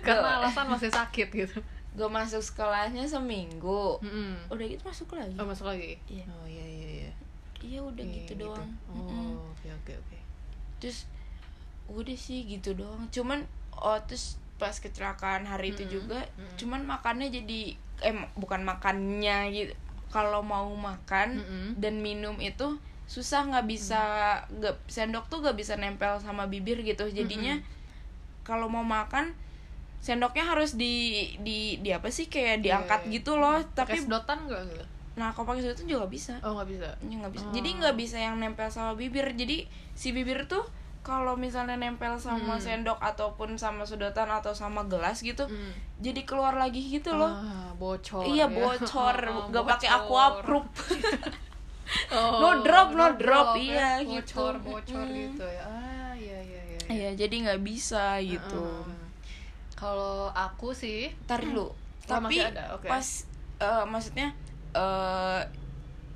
Speaker 2: karena alasan masih sakit gitu
Speaker 1: gue masuk sekolahnya seminggu
Speaker 2: Mm-mm.
Speaker 1: udah gitu masuk lagi
Speaker 2: oh masuk lagi
Speaker 1: Iya.
Speaker 2: oh iya iya iya
Speaker 1: iya udah
Speaker 2: Iya,
Speaker 1: gitu, doang Mm-mm.
Speaker 2: oh oke oke oke
Speaker 1: terus udah sih gitu doang cuman oh terus pas kecelakaan hari itu
Speaker 2: Mm-mm,
Speaker 1: juga
Speaker 2: mm-mm.
Speaker 1: cuman makannya jadi eh ma- bukan makannya gitu kalau mau makan
Speaker 2: Mm-mm.
Speaker 1: dan minum itu susah nggak bisa nggak sendok tuh nggak bisa nempel sama bibir gitu jadinya kalau mau makan sendoknya harus di di di apa sih kayak
Speaker 2: Iya,
Speaker 1: diangkat
Speaker 2: iya.
Speaker 1: gitu loh
Speaker 2: tapi
Speaker 1: tapi
Speaker 2: sedotan nggak gitu
Speaker 1: nah kalau pakai sedotan juga nggak bisa
Speaker 2: oh nggak bisa
Speaker 1: Ya, nggak bisa.
Speaker 2: Oh.
Speaker 1: Jadi nggak bisa yang nempel sama bibir. Jadi si bibir tuh kalau misalnya nempel sama
Speaker 2: Hmm.
Speaker 1: sendok ataupun sama sedotan atau sama gelas gitu,
Speaker 2: Mm.
Speaker 1: jadi keluar lagi gitu loh.
Speaker 2: Ah, bocor
Speaker 1: iya
Speaker 2: ya.
Speaker 1: bocor,
Speaker 2: Ah,
Speaker 1: nggak pakai
Speaker 2: bocor.
Speaker 1: aquaproof.
Speaker 2: Oh,
Speaker 1: No drop, no drop, iya,
Speaker 2: ya. bocor,
Speaker 1: gitu.
Speaker 2: Bocor, bocor
Speaker 1: Mm-mm.
Speaker 2: gitu ya. Ah, iya iya iya. iya.
Speaker 1: Iya, jadi nggak bisa gitu.
Speaker 2: Heeh. Kalau aku sih,
Speaker 1: Ntar dulu. Tapi
Speaker 2: Hmm. Oh, masih ada, oke.
Speaker 1: pas eh, maksudnya eh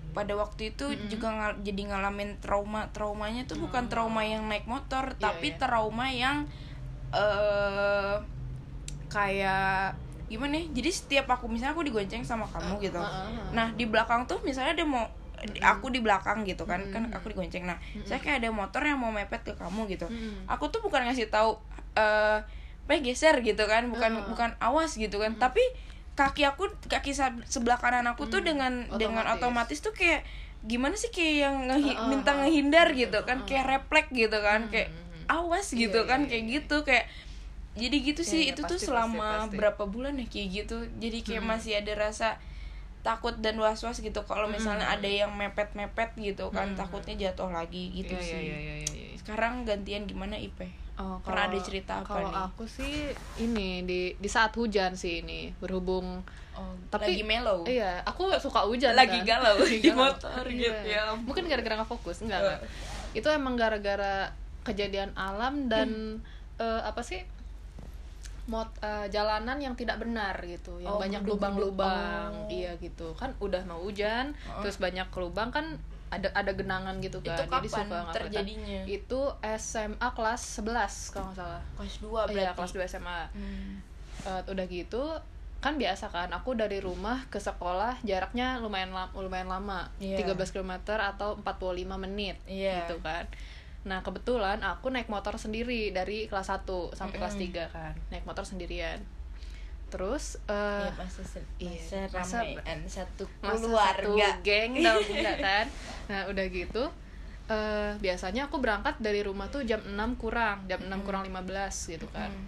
Speaker 1: pada waktu itu
Speaker 2: Hmm.
Speaker 1: juga ngal- jadi ngalamin trauma. Traumanya tuh bukan trauma yang naik motor, tapi
Speaker 2: iya.
Speaker 1: trauma yang eh kayak gimana ya? Jadi setiap aku misalnya aku digonceng sama kamu gitu.
Speaker 2: ah, ah.
Speaker 1: Nah, di belakang tuh misalnya dia mau
Speaker 2: Hmm.
Speaker 1: aku di belakang gitu kan kan aku digonceng
Speaker 2: Hmm.
Speaker 1: nah saya kayak ada motor yang mau mepet ke kamu gitu
Speaker 2: Mm-mm.
Speaker 1: aku tuh bukan ngasih tahu eh pengen geser gitu kan bukan
Speaker 2: Heeh.
Speaker 1: bukan awas gitu
Speaker 2: Hmm.
Speaker 1: kan tapi kaki aku kaki sab- sebelah kanan aku tuh
Speaker 2: Hmm,
Speaker 1: dengan dengan otomatis
Speaker 2: otomatis.
Speaker 1: tuh kayak gimana sih kayak yang ngehi-
Speaker 2: Heeh,
Speaker 1: minta
Speaker 2: heeh.
Speaker 1: ngehindar gitu kan
Speaker 2: Heeh.
Speaker 1: kayak refleks gitu kan
Speaker 2: Hmm,
Speaker 1: kayak
Speaker 2: hmm, hmm.
Speaker 1: awas
Speaker 2: Iya,
Speaker 1: gitu
Speaker 2: iya,
Speaker 1: kan
Speaker 2: iya,
Speaker 1: kayak
Speaker 2: iya.
Speaker 1: gitu kayak jadi gitu
Speaker 2: Iya,
Speaker 1: sih
Speaker 2: iya,
Speaker 1: itu tuh
Speaker 2: pasti, pasti,
Speaker 1: selama
Speaker 2: pasti. Hmm.
Speaker 1: berapa bulan ya kayak gitu jadi kayak
Speaker 2: Mm-mm.
Speaker 1: masih ada rasa takut dan was-was gitu kalau misalnya
Speaker 2: Mm-mm.
Speaker 1: ada yang mepet-mepet gitu kan
Speaker 2: Mm-mm.
Speaker 1: takutnya jatuh lagi gitu
Speaker 2: Hmm. Iya,
Speaker 1: sih
Speaker 2: iya, iya, iya, iya, iya.
Speaker 1: sekarang gantian gimana Ipe?
Speaker 2: Oh,
Speaker 1: Pernah
Speaker 2: kalau-
Speaker 1: ada cerita apa
Speaker 2: kalau
Speaker 1: nih?
Speaker 2: aku sih ini di di saat hujan sih ini berhubung
Speaker 1: Oh,
Speaker 2: Tapi-
Speaker 1: lagi mellow.
Speaker 2: iya aku suka hujan
Speaker 1: Lagi
Speaker 2: kan.
Speaker 1: galau
Speaker 2: Lagi
Speaker 1: di
Speaker 2: galau. Iya.
Speaker 1: motor gitu, ya ampun.
Speaker 2: mungkin gara-gara nggak fokus enggak,
Speaker 1: Iya.
Speaker 2: enggak. itu emang gara-gara kejadian alam dan
Speaker 1: Hmm.
Speaker 2: eh, apa sih mot eh, jalanan yang tidak benar gitu yang
Speaker 1: Oh,
Speaker 2: banyak
Speaker 1: berlubang-
Speaker 2: lubang-lubang
Speaker 1: oh.
Speaker 2: iya gitu kan udah mau hujan
Speaker 1: Oh.
Speaker 2: terus banyak lubang kan ada ada genangan gitu kan
Speaker 1: Itu
Speaker 2: jadi
Speaker 1: kapan
Speaker 2: suka nggak Iya. kelihatan.
Speaker 1: terjadinya?
Speaker 2: itu SMA kelas 11 kalau nggak salah
Speaker 1: Kelas 2 Oh, berarti.
Speaker 2: Iya, kelas 2 SMA.
Speaker 1: Hmm.
Speaker 2: Eh, udah gitu kan biasa kan aku dari rumah ke sekolah jaraknya lumayan lama lumayan lama
Speaker 1: Iya.
Speaker 2: 13 km atau 45 menit
Speaker 1: Iya.
Speaker 2: gitu kan nah kebetulan aku naik motor sendiri dari kelas 1 sampai kelas
Speaker 1: Mm-mm.
Speaker 2: 3 kan naik motor sendirian terus eh
Speaker 1: Iya, masa se-
Speaker 2: iya.
Speaker 1: masa
Speaker 2: Masa-
Speaker 1: ramean satu
Speaker 2: masa
Speaker 1: keluarga.
Speaker 2: satu geng
Speaker 1: Iya.
Speaker 2: dong enggak kan nah udah gitu eh biasanya aku berangkat dari rumah tuh jam 6 kurang jam 6 kurang 15 gitu kan
Speaker 1: Hmm.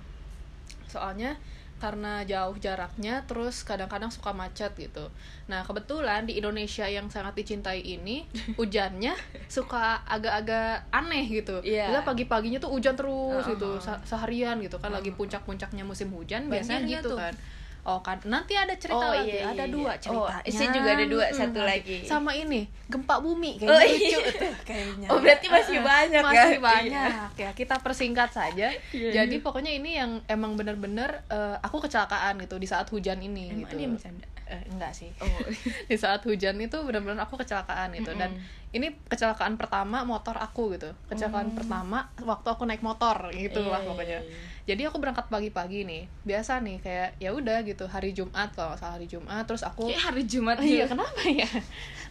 Speaker 2: soalnya karena jauh jaraknya terus kadang-kadang suka macet gitu. Nah, kebetulan di Indonesia yang sangat dicintai ini hujannya suka agak-agak aneh gitu.
Speaker 1: Iya.
Speaker 2: Lah pagi-paginya tuh hujan terus
Speaker 1: Uh-uh.
Speaker 2: gitu se- seharian gitu kan lagi puncak-puncaknya musim hujan biasanya
Speaker 1: Banjir nggak tuh?
Speaker 2: gitu kan. Oh kan nanti ada cerita
Speaker 1: Oh, iya,
Speaker 2: lagi,
Speaker 1: iya,
Speaker 2: ada
Speaker 1: iya.
Speaker 2: dua
Speaker 1: Oh,
Speaker 2: cerita.
Speaker 1: saya juga ada dua, satu lagi.
Speaker 2: Sama ini, gempa bumi kayaknya
Speaker 1: Oh,
Speaker 2: lucu
Speaker 1: iya.
Speaker 2: tuh kayaknya.
Speaker 1: Oh, berarti masih
Speaker 2: Eh, eh,
Speaker 1: banyak ya?
Speaker 2: Masih
Speaker 1: Iya.
Speaker 2: banyak. Ya, kita persingkat saja.
Speaker 1: Iya, iya.
Speaker 2: Jadi pokoknya ini yang emang bener-bener eh, aku kecelakaan gitu di saat hujan ini
Speaker 1: Emang
Speaker 2: gitu.
Speaker 1: dia bercanda?
Speaker 2: Eh, enggak sih.
Speaker 1: Oh.
Speaker 2: di saat hujan itu bener-bener aku kecelakaan gitu dan ini kecelakaan pertama motor aku gitu. Kecelakaan pertama waktu aku naik motor gitu
Speaker 1: Oh. Iya,
Speaker 2: lah
Speaker 1: iya,
Speaker 2: pokoknya.
Speaker 1: iya.
Speaker 2: Jadi aku berangkat pagi-pagi nih. Biasa nih kayak ya udah gitu hari Jumat kalau nggak salah hari Jumat terus aku
Speaker 1: Kayak hari Jumat
Speaker 2: Iya,
Speaker 1: juga.
Speaker 2: kenapa ya?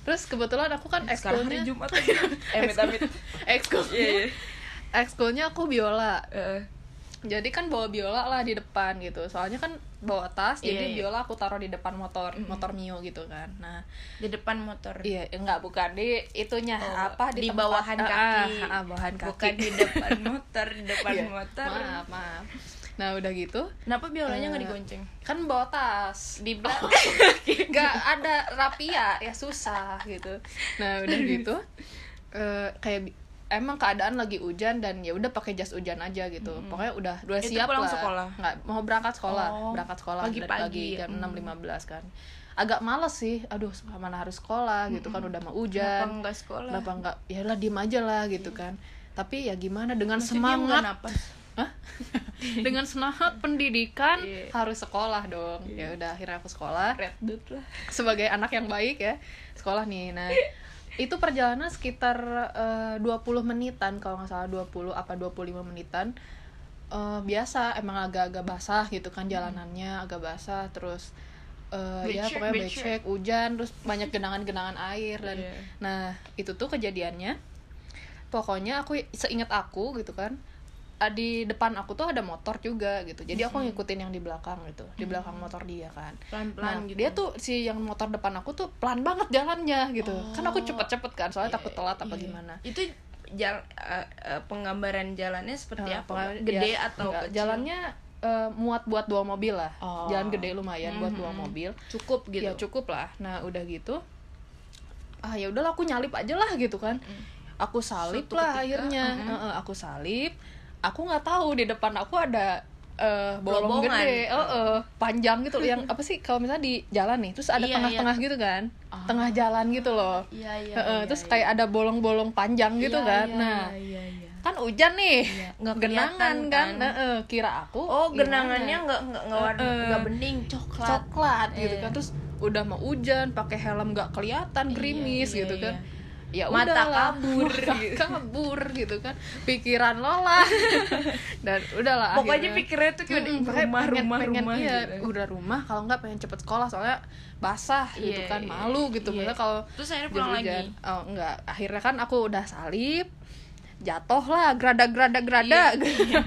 Speaker 2: Terus kebetulan aku kan
Speaker 1: Sekarang hari
Speaker 2: ekskulnya
Speaker 1: Jumat lagi. Eh, amit-amit.
Speaker 2: ekskulnya
Speaker 1: Iya, iya.
Speaker 2: ekskulnya aku biola
Speaker 1: Heeh.
Speaker 2: jadi kan bawa biola lah di depan gitu soalnya kan bawa tas
Speaker 1: Iya,
Speaker 2: jadi
Speaker 1: iya.
Speaker 2: biola aku taruh di depan motor
Speaker 1: Mm-mm.
Speaker 2: motor mio gitu kan nah
Speaker 1: Di depan motor.
Speaker 2: iya enggak bukan di itunya
Speaker 1: Oh,
Speaker 2: apa di,
Speaker 1: di
Speaker 2: tempat-
Speaker 1: bawahan
Speaker 2: Ah,
Speaker 1: kaki.
Speaker 2: ah, ah, bawahan kaki
Speaker 1: Bukan di depan motor, di depan
Speaker 2: Iya.
Speaker 1: motor.
Speaker 2: maaf maaf nah udah gitu
Speaker 1: Kenapa biolanya nggak
Speaker 2: Eh,
Speaker 1: digonceng? Oh,
Speaker 2: kan bawa tas
Speaker 1: Di belakang.
Speaker 2: nggak ada rapia ya susah gitu nah udah gitu eh, kayak bi- emang keadaan lagi hujan dan ya udah pakai jas hujan aja gitu pokoknya udah udah
Speaker 1: Itu
Speaker 2: siap
Speaker 1: pulang
Speaker 2: lah
Speaker 1: sekolah?
Speaker 2: nggak mau berangkat sekolah
Speaker 1: Oh,
Speaker 2: berangkat sekolah dari
Speaker 1: pagi-pagi.
Speaker 2: pagi jam
Speaker 1: Hmm.
Speaker 2: enam kan agak males sih aduh mana harus sekolah gitu kan udah mau
Speaker 1: Kenapa
Speaker 2: hujan
Speaker 1: nggak sekolah?
Speaker 2: kenapa nggak ya lah diem aja lah gitu kan tapi ya gimana dengan
Speaker 1: Iya. Maksudnya nggak
Speaker 2: semangat
Speaker 1: napas.
Speaker 2: Hah? dengan semangat pendidikan
Speaker 1: Iya.
Speaker 2: harus sekolah dong ya udah akhirnya aku sekolah
Speaker 1: Reddit lah.
Speaker 2: sebagai anak yang baik ya sekolah nih nah itu perjalanan sekitar eh, 20 menitan kalau nggak salah 20 apa 25 menitan Eh, biasa emang agak-agak basah gitu kan jalanannya agak basah terus eh, ya
Speaker 1: Hmm. Becek,
Speaker 2: pokoknya
Speaker 1: becek.
Speaker 2: becek hujan terus banyak genangan-genangan air dan
Speaker 1: Iya.
Speaker 2: nah itu tuh kejadiannya pokoknya aku seingat aku gitu kan ah, di depan aku tuh ada motor juga gitu jadi aku ngikutin yang di belakang gitu di belakang motor dia kan
Speaker 1: Pelan-pelan
Speaker 2: Nah,
Speaker 1: gitu.
Speaker 2: dia tuh si yang motor depan aku tuh pelan banget jalannya gitu kan aku
Speaker 1: Oh.
Speaker 2: cepet-cepet kan soalnya takut telat apa
Speaker 1: Iya.
Speaker 2: gimana
Speaker 1: Itu jal- eh, eh, penggambaran jalannya seperti
Speaker 2: Nah,
Speaker 1: apa?
Speaker 2: pokoknya-
Speaker 1: Gede
Speaker 2: ya,
Speaker 1: atau
Speaker 2: enggak,
Speaker 1: kecil?
Speaker 2: jalannya eh, muat buat dua mobil lah
Speaker 1: Oh.
Speaker 2: jalan gede lumayan buat dua
Speaker 1: Mhm.
Speaker 2: mobil
Speaker 1: cukup gitu.
Speaker 2: ya cukup lah nah udah gitu ah ya udahlah aku nyalip aja lah gitu kan aku salip
Speaker 1: Hmm. Suatu ketika,
Speaker 2: lah
Speaker 1: hmm.
Speaker 2: akhirnya
Speaker 1: mm-mm.
Speaker 2: Heeh, aku salip aku nggak tahu di depan aku ada eh,
Speaker 1: Lobongan.
Speaker 2: bolong gede Heeh, panjang gitu loh. yang apa sih kalau misalnya di jalan nih terus ada
Speaker 1: Iya,
Speaker 2: tengah-tengah gitu kan
Speaker 1: Ah.
Speaker 2: tengah jalan gitu loh
Speaker 1: Iya, iya.
Speaker 2: Heeh,
Speaker 1: iya,
Speaker 2: terus
Speaker 1: iya.
Speaker 2: kayak ada bolong-bolong panjang gitu
Speaker 1: Iya,
Speaker 2: kan
Speaker 1: iya,
Speaker 2: nah
Speaker 1: iya, iya.
Speaker 2: kan hujan nih
Speaker 1: Iya, nggak
Speaker 2: genangan
Speaker 1: kelihatan
Speaker 2: kan,
Speaker 1: kan.
Speaker 2: Heeh, kira aku
Speaker 1: Oh,
Speaker 2: gimana?
Speaker 1: genangannya nggak nggak nggak warna
Speaker 2: Heeh.
Speaker 1: nggak bening, coklat.
Speaker 2: coklat gitu
Speaker 1: Iya.
Speaker 2: kan terus udah mau hujan pakai helm nggak kelihatan gerimis
Speaker 1: iya,
Speaker 2: gitu kan
Speaker 1: iya.
Speaker 2: ya
Speaker 1: Mata
Speaker 2: udahlah,
Speaker 1: kabur
Speaker 2: mata kabur gitu kan pikiran lo lah dan udahlah
Speaker 1: Pokoknya
Speaker 2: akhirnya-
Speaker 1: pikirnya tuh kayak
Speaker 2: Mm-mm, pokoknya
Speaker 1: rumah,
Speaker 2: pengen-
Speaker 1: rumah,
Speaker 2: pengen,
Speaker 1: rumah.
Speaker 2: iya,
Speaker 1: gitu.
Speaker 2: udah rumah kalau nggak pengen cepet sekolah soalnya basah gitu
Speaker 1: Iya,
Speaker 2: kan
Speaker 1: iya,
Speaker 2: malu gitu
Speaker 1: iya.
Speaker 2: Maksudnya kalau
Speaker 1: Terus akhirnya
Speaker 2: jas
Speaker 1: pulang lagi.
Speaker 2: hujan. oh enggak akhirnya kan aku udah salib jatuh lah gerada gerada gerada
Speaker 1: Iya, iya.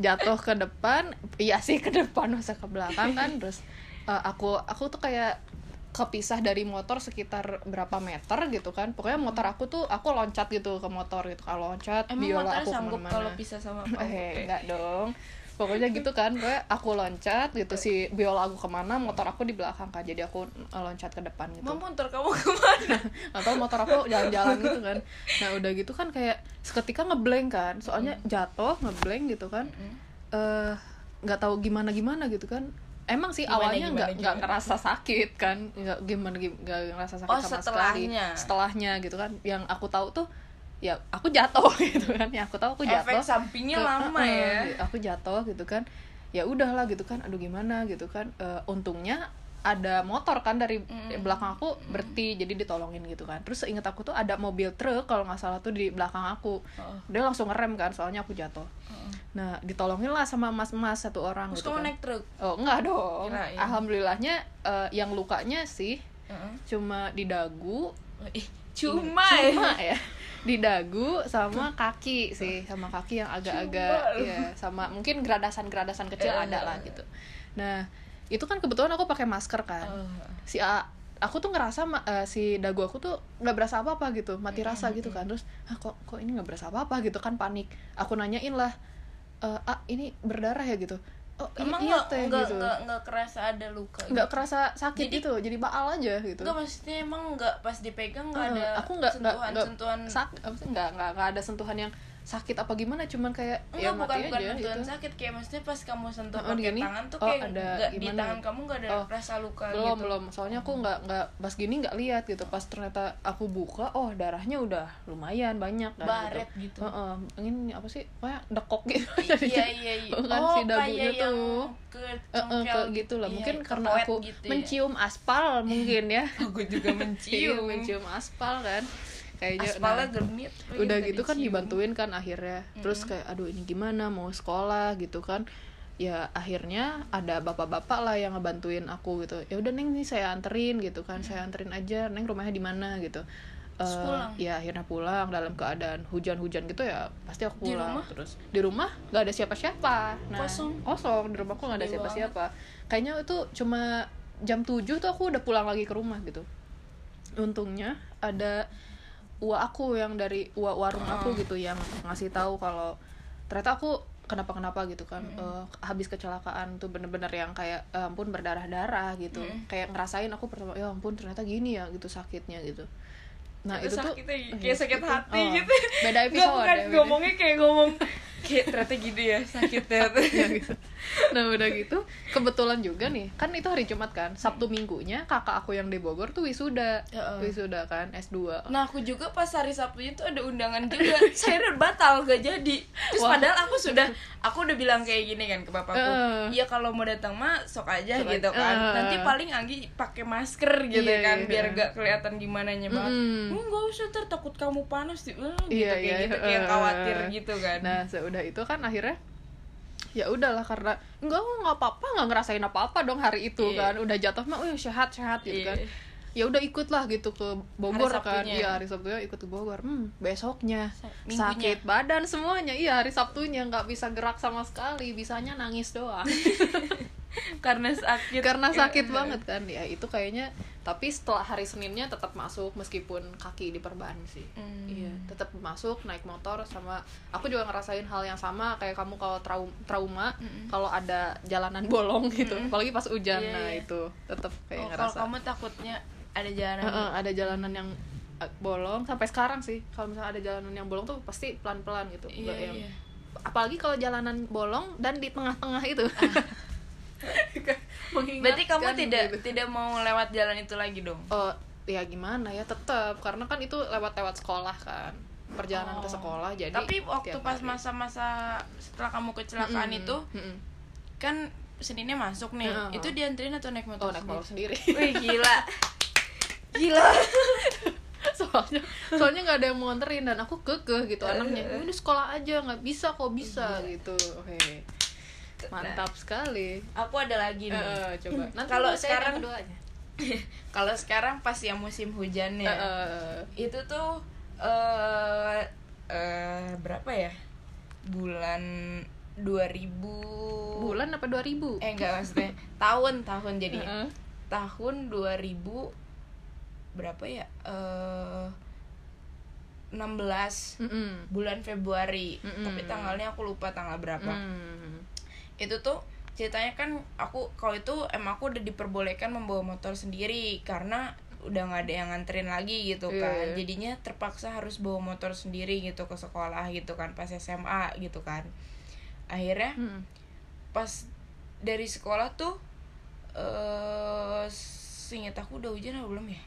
Speaker 2: jatuh ke depan iya sih ke depan masa ke belakang kan terus eh, aku aku tuh kayak kepisah dari motor sekitar berapa meter gitu kan pokoknya motor aku tuh aku loncat gitu ke motor gitu kalau loncat
Speaker 1: Emang
Speaker 2: biola
Speaker 1: motornya
Speaker 2: aku
Speaker 1: sanggup
Speaker 2: kemana-mana.
Speaker 1: kalau pisah sama aku?
Speaker 2: Eh, enggak dong. Pokoknya gitu kan, pokoknya aku loncat gitu si biola aku kemana, motor aku di belakang kan, jadi aku eh, loncat ke depan gitu.
Speaker 1: Mau motor kamu kemana?
Speaker 2: Atau motor aku jalan-jalan gitu kan. Nah udah gitu kan kayak seketika ngeblank kan, soalnya
Speaker 1: Hmm.
Speaker 2: jatuh ngeblank gitu kan. Eh nggak tahu gimana gimana gitu kan. Emang sih
Speaker 1: Gimana,
Speaker 2: awalnya
Speaker 1: gimana,
Speaker 2: nggak nggak
Speaker 1: gimana?
Speaker 2: ngerasa sakit kan, nggak gimana gim- nggak ngerasa sakit
Speaker 1: Oh,
Speaker 2: sama
Speaker 1: setelahnya.
Speaker 2: sekali. Setelahnya gitu kan, yang aku tahu tuh ya aku jatuh gitu kan, yang aku tahu aku jatuh
Speaker 1: Efek sampingnya
Speaker 2: ke-
Speaker 1: lama
Speaker 2: eh,
Speaker 1: ya.
Speaker 2: eh, aku jatuh gitu kan ya udahlah gitu kan aduh gimana gitu kan Eh, untungnya ada motor kan dari
Speaker 1: Mm.
Speaker 2: belakang aku berhenti jadi ditolongin gitu kan terus seingat aku tuh ada mobil truk kalau nggak salah tuh di belakang aku
Speaker 1: Oh.
Speaker 2: dia langsung ngerem kan soalnya aku jatuh
Speaker 1: Oh.
Speaker 2: nah ditolongin lah sama mas-mas satu orang
Speaker 1: Terus kamu
Speaker 2: gitu kan
Speaker 1: naik iya. truk?
Speaker 2: oh enggak dong
Speaker 1: Kirain.
Speaker 2: alhamdulillahnya eh, yang lukanya sih
Speaker 1: Heeh.
Speaker 2: cuma di dagu
Speaker 1: Oh, Ih, Cuma, ya.
Speaker 2: Iya, Cuma ya di dagu sama kaki sih sama kaki yang agak-agak
Speaker 1: Cuma lu.
Speaker 2: ya sama mungkin gradasan-gradasan kecil
Speaker 1: Eh.
Speaker 2: ada lah gitu nah itu kan kebetulan aku pakai masker kan
Speaker 1: Oh.
Speaker 2: si A- aku tuh ngerasa ma- eh, si dagu aku tuh nggak berasa apa-apa gitu mati
Speaker 1: Hmm,
Speaker 2: rasa gitu kan terus ah kok kok ini nggak berasa apa-apa gitu kan panik aku nanyain lah "Eh, ah ini berdarah ya gitu oh i-
Speaker 1: Emang
Speaker 2: iya
Speaker 1: nggak
Speaker 2: teh,"
Speaker 1: nggak
Speaker 2: gitu
Speaker 1: nggak- nggak kerasa ada luka?
Speaker 2: nggak kerasa sakit
Speaker 1: Jadi-
Speaker 2: gitu jadi baal aja gitu
Speaker 1: Enggak maksudnya emang enggak pas dipegang enggak
Speaker 2: Eh,
Speaker 1: ada
Speaker 2: aku nggak nggak
Speaker 1: sentuhan
Speaker 2: nggak
Speaker 1: sentuhan
Speaker 2: sak- apa sih, nggak nggak nggak ada sentuhan yang sakit apa gimana cuman kayak
Speaker 1: Enggak, bukan
Speaker 2: ya, mati
Speaker 1: bukan
Speaker 2: aja,
Speaker 1: sentuhan
Speaker 2: gitu.
Speaker 1: sakit kayak maksudnya pas kamu sentuh
Speaker 2: Oh,
Speaker 1: pakai
Speaker 2: gini?
Speaker 1: tangan tuh
Speaker 2: Oh,
Speaker 1: kayak
Speaker 2: ada
Speaker 1: nggak- di
Speaker 2: gimana?
Speaker 1: tangan kamu enggak ada
Speaker 2: Oh.
Speaker 1: rasa luka
Speaker 2: belum Nah,
Speaker 1: gitu.
Speaker 2: belum soalnya aku nggak nggak pas gini nggak lihat gitu pas ternyata aku buka oh darahnya udah lumayan banyak kan
Speaker 1: Baret gitu.
Speaker 2: gitu. Heeh, ini apa sih kayak dekok gitu
Speaker 1: iya iya iya.
Speaker 2: Bukan si dagunya
Speaker 1: kayak yang
Speaker 2: tuh.
Speaker 1: ke
Speaker 2: Eh, eh,
Speaker 1: congkel
Speaker 2: kayak gitu lah
Speaker 1: Iya,
Speaker 2: mungkin karena
Speaker 1: kepoet
Speaker 2: aku
Speaker 1: gitu ya.
Speaker 2: mencium aspal mungkin ya
Speaker 1: aku juga
Speaker 2: Iya,
Speaker 1: mencium
Speaker 2: mencium aspal kan kayaknya nah,
Speaker 1: aspalnya genit Oh, iya, lagi
Speaker 2: udah
Speaker 1: nggak
Speaker 2: gitu kan
Speaker 1: dicium.
Speaker 2: dibantuin kan akhirnya terus kayak aduh ini gimana mau sekolah gitu kan ya akhirnya ada bapak-bapak lah yang ngebantuin aku gitu ya udah neng nih saya anterin gitu kan saya anterin aja neng rumahnya di mana gitu
Speaker 1: Terus
Speaker 2: Eh,
Speaker 1: pulang.
Speaker 2: ya akhirnya pulang dalam keadaan hujan-hujan gitu ya pasti aku
Speaker 1: Di
Speaker 2: pulang
Speaker 1: rumah?
Speaker 2: terus di rumah nggak ada siapa-siapa nah
Speaker 1: Kosong.
Speaker 2: kosong di rumahku nggak ada
Speaker 1: Sedih
Speaker 2: siapa-siapa kayaknya itu cuma jam 7 tuh aku udah pulang lagi ke rumah gitu untungnya ada ua aku yang dari ua warung
Speaker 1: Ah.
Speaker 2: aku gitu yang ngasih tahu kalau ternyata aku kenapa kenapa gitu kan
Speaker 1: Hmm.
Speaker 2: Eh, habis kecelakaan tuh bener-bener yang kayak "Ya ampun berdarah darah gitu
Speaker 1: Hmm.
Speaker 2: kayak ngerasain aku pertama ya ampun ternyata gini ya gitu sakitnya gitu nah
Speaker 1: Itu
Speaker 2: itu, tuh
Speaker 1: sakitnya
Speaker 2: eh,
Speaker 1: kayak sakit hati
Speaker 2: Oh,
Speaker 1: gitu.
Speaker 2: beda
Speaker 1: Nggak,
Speaker 2: episode
Speaker 1: bukan
Speaker 2: ya, beda.
Speaker 1: ngomongnya kayak ngomong kayak ternyata gitu ya sakitnya
Speaker 2: Ya, gitu. nah udah gitu kebetulan juga nih kan itu hari Jumat kan Sabtu minggunya kakak aku yang di Bogor tuh wisuda
Speaker 1: Hmm. Heeh.
Speaker 2: wisuda kan S2
Speaker 1: Nah aku juga pas hari Sabtunya tuh ada undangan juga Saya udah batal gak jadi Terus
Speaker 2: Wah.
Speaker 1: padahal aku sudah Aku udah bilang kayak gini kan ke bapakku
Speaker 2: Eh.
Speaker 1: Iya kalau mau datang mah sok aja
Speaker 2: Sok
Speaker 1: gitu
Speaker 2: aja.
Speaker 1: kan
Speaker 2: Eh.
Speaker 1: Nanti paling Anggi pakai masker gitu
Speaker 2: Iya,
Speaker 1: kan
Speaker 2: iya,
Speaker 1: Biar
Speaker 2: iya.
Speaker 1: gak kelihatan gimana nya banget
Speaker 2: Mm.
Speaker 1: "Hmm, Nggak usah ter takut kamu panas sih Eh, Gitu
Speaker 2: Iya,
Speaker 1: kayak
Speaker 2: iya,
Speaker 1: gitu Kayak
Speaker 2: eh.
Speaker 1: khawatir gitu kan
Speaker 2: Nah, sudah itu kan akhirnya ya udahlah karena enggak nggak apa-apa nggak ngerasain apa-apa dong hari itu
Speaker 1: Iya.
Speaker 2: kan udah jatuh mah "Wih, sehat sehat gitu
Speaker 1: Iya.
Speaker 2: kan ya udah ikutlah gitu ke Bogor
Speaker 1: Hari
Speaker 2: kan
Speaker 1: Sabtunya.
Speaker 2: iya hari Sabtunya ikut ke Bogor hmm besoknya
Speaker 1: Sa- minggunya.
Speaker 2: sakit badan semuanya iya hari Sabtunya nggak bisa gerak sama sekali bisanya nangis doang
Speaker 1: Karena sakit
Speaker 2: karena sakit
Speaker 1: Eh,
Speaker 2: banget kan ya itu kayaknya tapi setelah hari Seninnya tetap masuk meskipun kaki diperban sih
Speaker 1: Hmm.
Speaker 2: iya tetap masuk naik motor sama aku juga ngerasain hal yang sama kayak kamu kalau trau- trauma kalau ada jalanan bolong gitu apalagi pas hujan
Speaker 1: Iya,
Speaker 2: nah
Speaker 1: iya.
Speaker 2: itu tetap
Speaker 1: Oh, kalau
Speaker 2: kayak ngerasa
Speaker 1: kamu takutnya ada gitu. jalan
Speaker 2: Heeh, ada jalanan yang eh, bolong sampai sekarang sih kalau misalnya ada jalanan yang bolong tuh pasti pelan-pelan gitu
Speaker 1: Iya,
Speaker 2: nggak yang-
Speaker 1: iya.
Speaker 2: apalagi kalau jalanan bolong dan di tengah-tengah itu
Speaker 1: Berarti kamu
Speaker 2: Mengingatkan
Speaker 1: tidak
Speaker 2: gitu.
Speaker 1: tidak mau lewat jalan itu lagi dong?
Speaker 2: Oh, ya gimana ya tetap karena kan itu lewat-lewat sekolah kan perjalanan ke
Speaker 1: Oh.
Speaker 2: sekolah jadi
Speaker 1: Tapi waktu
Speaker 2: tiap
Speaker 1: pas
Speaker 2: hari.
Speaker 1: masa-masa setelah kamu kecelakaan
Speaker 2: Mm-mm,
Speaker 1: itu
Speaker 2: mm-mm.
Speaker 1: kan Seninnya masuk nih.
Speaker 2: Heeh.
Speaker 1: Itu dianterin atau naik motor?
Speaker 2: oh naik motor
Speaker 1: sendiri?
Speaker 2: sendiri
Speaker 1: Wih, gila. gila.
Speaker 2: soalnya soalnya nggak ada yang mau nganterin dan aku kekeh gitu
Speaker 1: Eh,
Speaker 2: anaknya udah sekolah aja nggak bisa kok bisa
Speaker 1: Iya.
Speaker 2: gitu oke
Speaker 1: Nah.
Speaker 2: mantap sekali
Speaker 1: Aku ada lagi
Speaker 2: Eh,
Speaker 1: nih.
Speaker 2: eh, coba nanti
Speaker 1: Kalau
Speaker 2: bacain yang
Speaker 1: sekarang-
Speaker 2: keduanya.
Speaker 1: Kalau sekarang pas yang musim hujannya.
Speaker 2: Eh, eh,
Speaker 1: Itu tuh eh eh, berapa ya? Bulan 2000
Speaker 2: bulan apa 2000
Speaker 1: eh iya. enggak maksudnya tahun tahun jadi
Speaker 2: Heeh.
Speaker 1: tahun 2000 berapa ya eh 16
Speaker 2: Mm-mm.
Speaker 1: bulan Februari
Speaker 2: Mm-mm.
Speaker 1: tapi tanggalnya aku lupa tanggal berapa
Speaker 2: Mm.
Speaker 1: itu tuh ceritanya kan aku kalau itu emang aku udah diperbolehkan membawa motor sendiri karena udah nggak ada yang nganterin lagi gitu
Speaker 2: Iya,
Speaker 1: kan
Speaker 2: iya.
Speaker 1: jadinya terpaksa harus bawa motor sendiri gitu ke sekolah gitu kan pas SMA gitu kan akhirnya
Speaker 2: Mm.
Speaker 1: pas dari sekolah tuh eh seingat aku udah hujan apa belum ya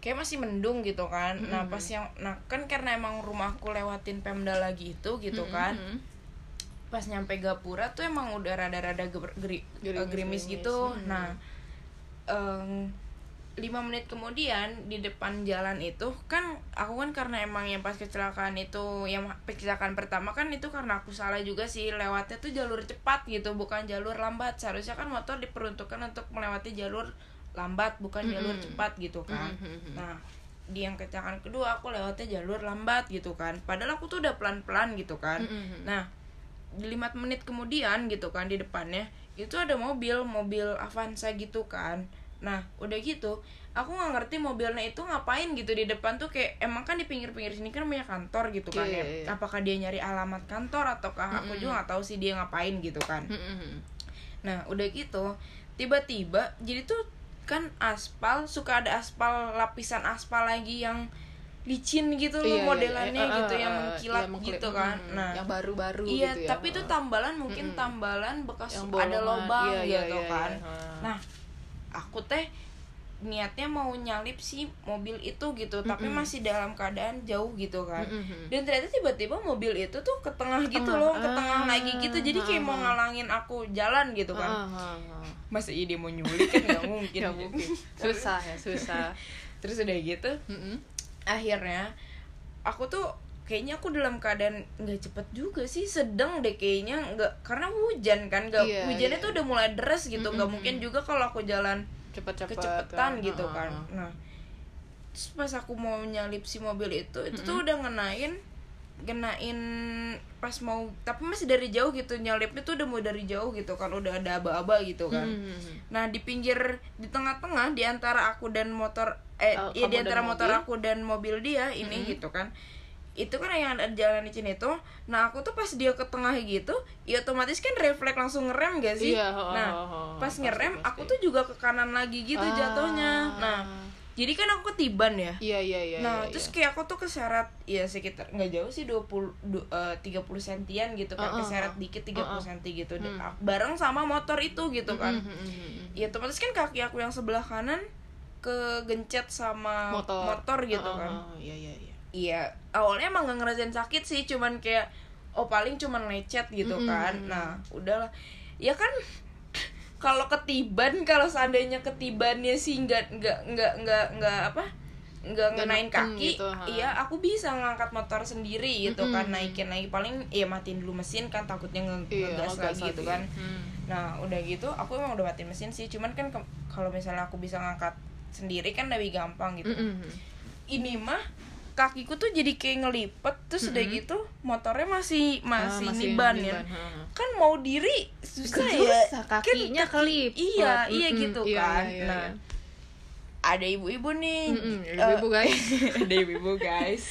Speaker 1: kayak masih mendung gitu kan nah
Speaker 2: Mm-mm.
Speaker 1: pas yang nah kan karena emang rumahku lewatin pemda lagi itu gitu
Speaker 2: Mm-mm.
Speaker 1: kan pas nyampe Gapura tuh emang udah rada-rada geber- geri- eh,
Speaker 2: Gerimis-
Speaker 1: gerimis gitu
Speaker 2: gerimis. Hmm.
Speaker 1: nah em, lima menit kemudian di depan jalan itu kan aku kan karena emang yang pas kecelakaan itu yang kecelakaan pertama kan itu karena aku salah juga sih lewatnya tuh jalur cepat gitu bukan jalur lambat seharusnya kan motor diperuntukkan untuk melewati jalur lambat bukan jalur
Speaker 2: Mm-mm.
Speaker 1: cepat gitu kan
Speaker 2: Mm-mm.
Speaker 1: nah di yang kecelakaan kedua aku lewatnya jalur lambat gitu kan padahal aku tuh udah pelan-pelan gitu kan
Speaker 2: Mm-mm.
Speaker 1: Nah, di lima menit kemudian gitu kan di depannya itu ada mobil mobil Avanza gitu kan. Nah, udah gitu, aku nggak ngerti mobilnya itu ngapain gitu di depan tuh kayak emang kan di pinggir-pinggir sini kan punya kantor gitu kan
Speaker 2: Iya,
Speaker 1: ya.
Speaker 2: iya, iya.
Speaker 1: Apakah dia nyari alamat kantor ataukah aku
Speaker 2: Mm-mm.
Speaker 1: juga nggak tahu sih dia ngapain gitu kan.
Speaker 2: Mm-mm.
Speaker 1: Nah, udah gitu, tiba-tiba jadi tuh kan aspal suka ada aspal lapisan aspal lagi yang licin gitu loh
Speaker 2: Iya, iya,
Speaker 1: modelannya
Speaker 2: iya. Eh,
Speaker 1: gitu
Speaker 2: eh,
Speaker 1: yang
Speaker 2: eh,
Speaker 1: mengkilat
Speaker 2: yang mengkilap.
Speaker 1: gitu kan.
Speaker 2: Mm-mm.
Speaker 1: Nah,
Speaker 2: yang baru-baru
Speaker 1: iya
Speaker 2: gitu ya.
Speaker 1: tapi itu
Speaker 2: Heeh.
Speaker 1: tambalan mungkin
Speaker 2: Mm-mm.
Speaker 1: tambalan bekas
Speaker 2: Yang
Speaker 1: ada
Speaker 2: bolongan.
Speaker 1: lubang
Speaker 2: Iya, iya,
Speaker 1: gitu
Speaker 2: iya,
Speaker 1: kan
Speaker 2: iya. Ah.
Speaker 1: nah aku teh niatnya mau nyalip si mobil itu gitu tapi
Speaker 2: Mm-mm.
Speaker 1: masih dalam keadaan jauh gitu kan
Speaker 2: Mm-mm.
Speaker 1: dan ternyata tiba-tiba mobil itu tuh ke tengah gitu
Speaker 2: tengah.
Speaker 1: loh ke tengah
Speaker 2: Ah,
Speaker 1: lagi gitu jadi kayak mau ngalangin aku jalan gitu kan
Speaker 2: Ah, ah, ah.
Speaker 1: masa ide mau nyulik kan nggak mungkin,
Speaker 2: Nggak mungkin. susah ya susah
Speaker 1: terus udah gitu
Speaker 2: Mm-mm.
Speaker 1: akhirnya aku tuh kayaknya aku dalam keadaan nggak cepet juga sih sedang deh kayaknya nggak karena hujan kan nggak
Speaker 2: Iya,
Speaker 1: hujannya
Speaker 2: iya.
Speaker 1: tuh udah mulai deras gitu nggak
Speaker 2: Mm-mm.
Speaker 1: mungkin juga kalau aku jalan
Speaker 2: cepet-cepet
Speaker 1: kecepetan gitu
Speaker 2: Ah, ah,
Speaker 1: kan
Speaker 2: ah.
Speaker 1: nah terus pas aku mau nyalip si mobil itu itu tuh udah ngenain ngenain pas mau tapi masih dari jauh gitu nyalipnya tuh udah mau dari jauh gitu kan udah ada aba-aba gitu kan
Speaker 2: Mm-mm.
Speaker 1: Nah di pinggir di tengah-tengah di antara aku dan motor eh
Speaker 2: Oh,
Speaker 1: iya,
Speaker 2: kamu
Speaker 1: di
Speaker 2: dan
Speaker 1: antara motor
Speaker 2: mobil? Mm-hmm.
Speaker 1: aku dan mobil dia ini gitu kan itu kan yang ada di jalan licin itu nah aku tuh pas dia ke tengah gitu ya otomatis kan refleks langsung ngerem gak sih
Speaker 2: Iya, oh,
Speaker 1: nah
Speaker 2: oh, oh,
Speaker 1: pas
Speaker 2: pasti,
Speaker 1: ngerem
Speaker 2: pasti.
Speaker 1: aku tuh juga ke kanan lagi gitu
Speaker 2: Ah.
Speaker 1: jatuhnya nah jadi kan aku ketiban ya
Speaker 2: iya iya iya
Speaker 1: nah
Speaker 2: iya,
Speaker 1: terus
Speaker 2: iya.
Speaker 1: kayak aku tuh keseret ya sekitar nggak jauh sih 20 du, eh, 30 sentian gitu kan
Speaker 2: Ah, ah,
Speaker 1: keseret
Speaker 2: ah.
Speaker 1: dikit 30
Speaker 2: Ah, ah.
Speaker 1: senti gitu
Speaker 2: Hmm.
Speaker 1: bareng sama motor itu gitu kan
Speaker 2: Mm-mm, mm-mm, mm-mm.
Speaker 1: ya otomatis kan kaki aku yang sebelah kanan kegencet sama
Speaker 2: motor
Speaker 1: motor, gitu
Speaker 2: Ah, ah,
Speaker 1: kan
Speaker 2: ah. iya iya iya
Speaker 1: iya awalnya emang gak ngerasain sakit sih cuman kayak oh paling cuman lecet gitu
Speaker 2: Mm-mm.
Speaker 1: kan nah udahlah ya kan kalau ketiban kalau seandainya ketibannya sih nggak nggak nggak nggak nggak apa nggak
Speaker 2: Nggak
Speaker 1: ngenain
Speaker 2: neken
Speaker 1: kaki
Speaker 2: gitu, ha.
Speaker 1: iya aku bisa ngangkat motor sendiri gitu kan
Speaker 2: Mm-mm.
Speaker 1: naikin lagi paling ya matiin dulu mesin kan takutnya nge-
Speaker 2: Iya,
Speaker 1: ngegas
Speaker 2: ngegas
Speaker 1: lagi gitu kan
Speaker 2: Hmm.
Speaker 1: Nah udah gitu aku emang udah matiin mesin sih Cuman kan ke- kalau misalnya aku bisa ngangkat sendiri kan lebih gampang gitu
Speaker 2: Mm-mm.
Speaker 1: Ini mah kakiku tuh jadi kayak ngelipet Terus udah gitu motornya masih
Speaker 2: Ah,
Speaker 1: masih,
Speaker 2: masih
Speaker 1: niban ya
Speaker 2: niban, ah, ah.
Speaker 1: Kan mau diri susah ya
Speaker 2: Susah, kakinya
Speaker 1: kaki-
Speaker 2: kelip
Speaker 1: Iya iya gitu kan
Speaker 2: iya, iya,
Speaker 1: Nah
Speaker 2: iya.
Speaker 1: ada ibu-ibu nih
Speaker 2: Mm-mm,
Speaker 1: eh,
Speaker 2: ibu-ibu guys
Speaker 1: ada ibu-ibu guys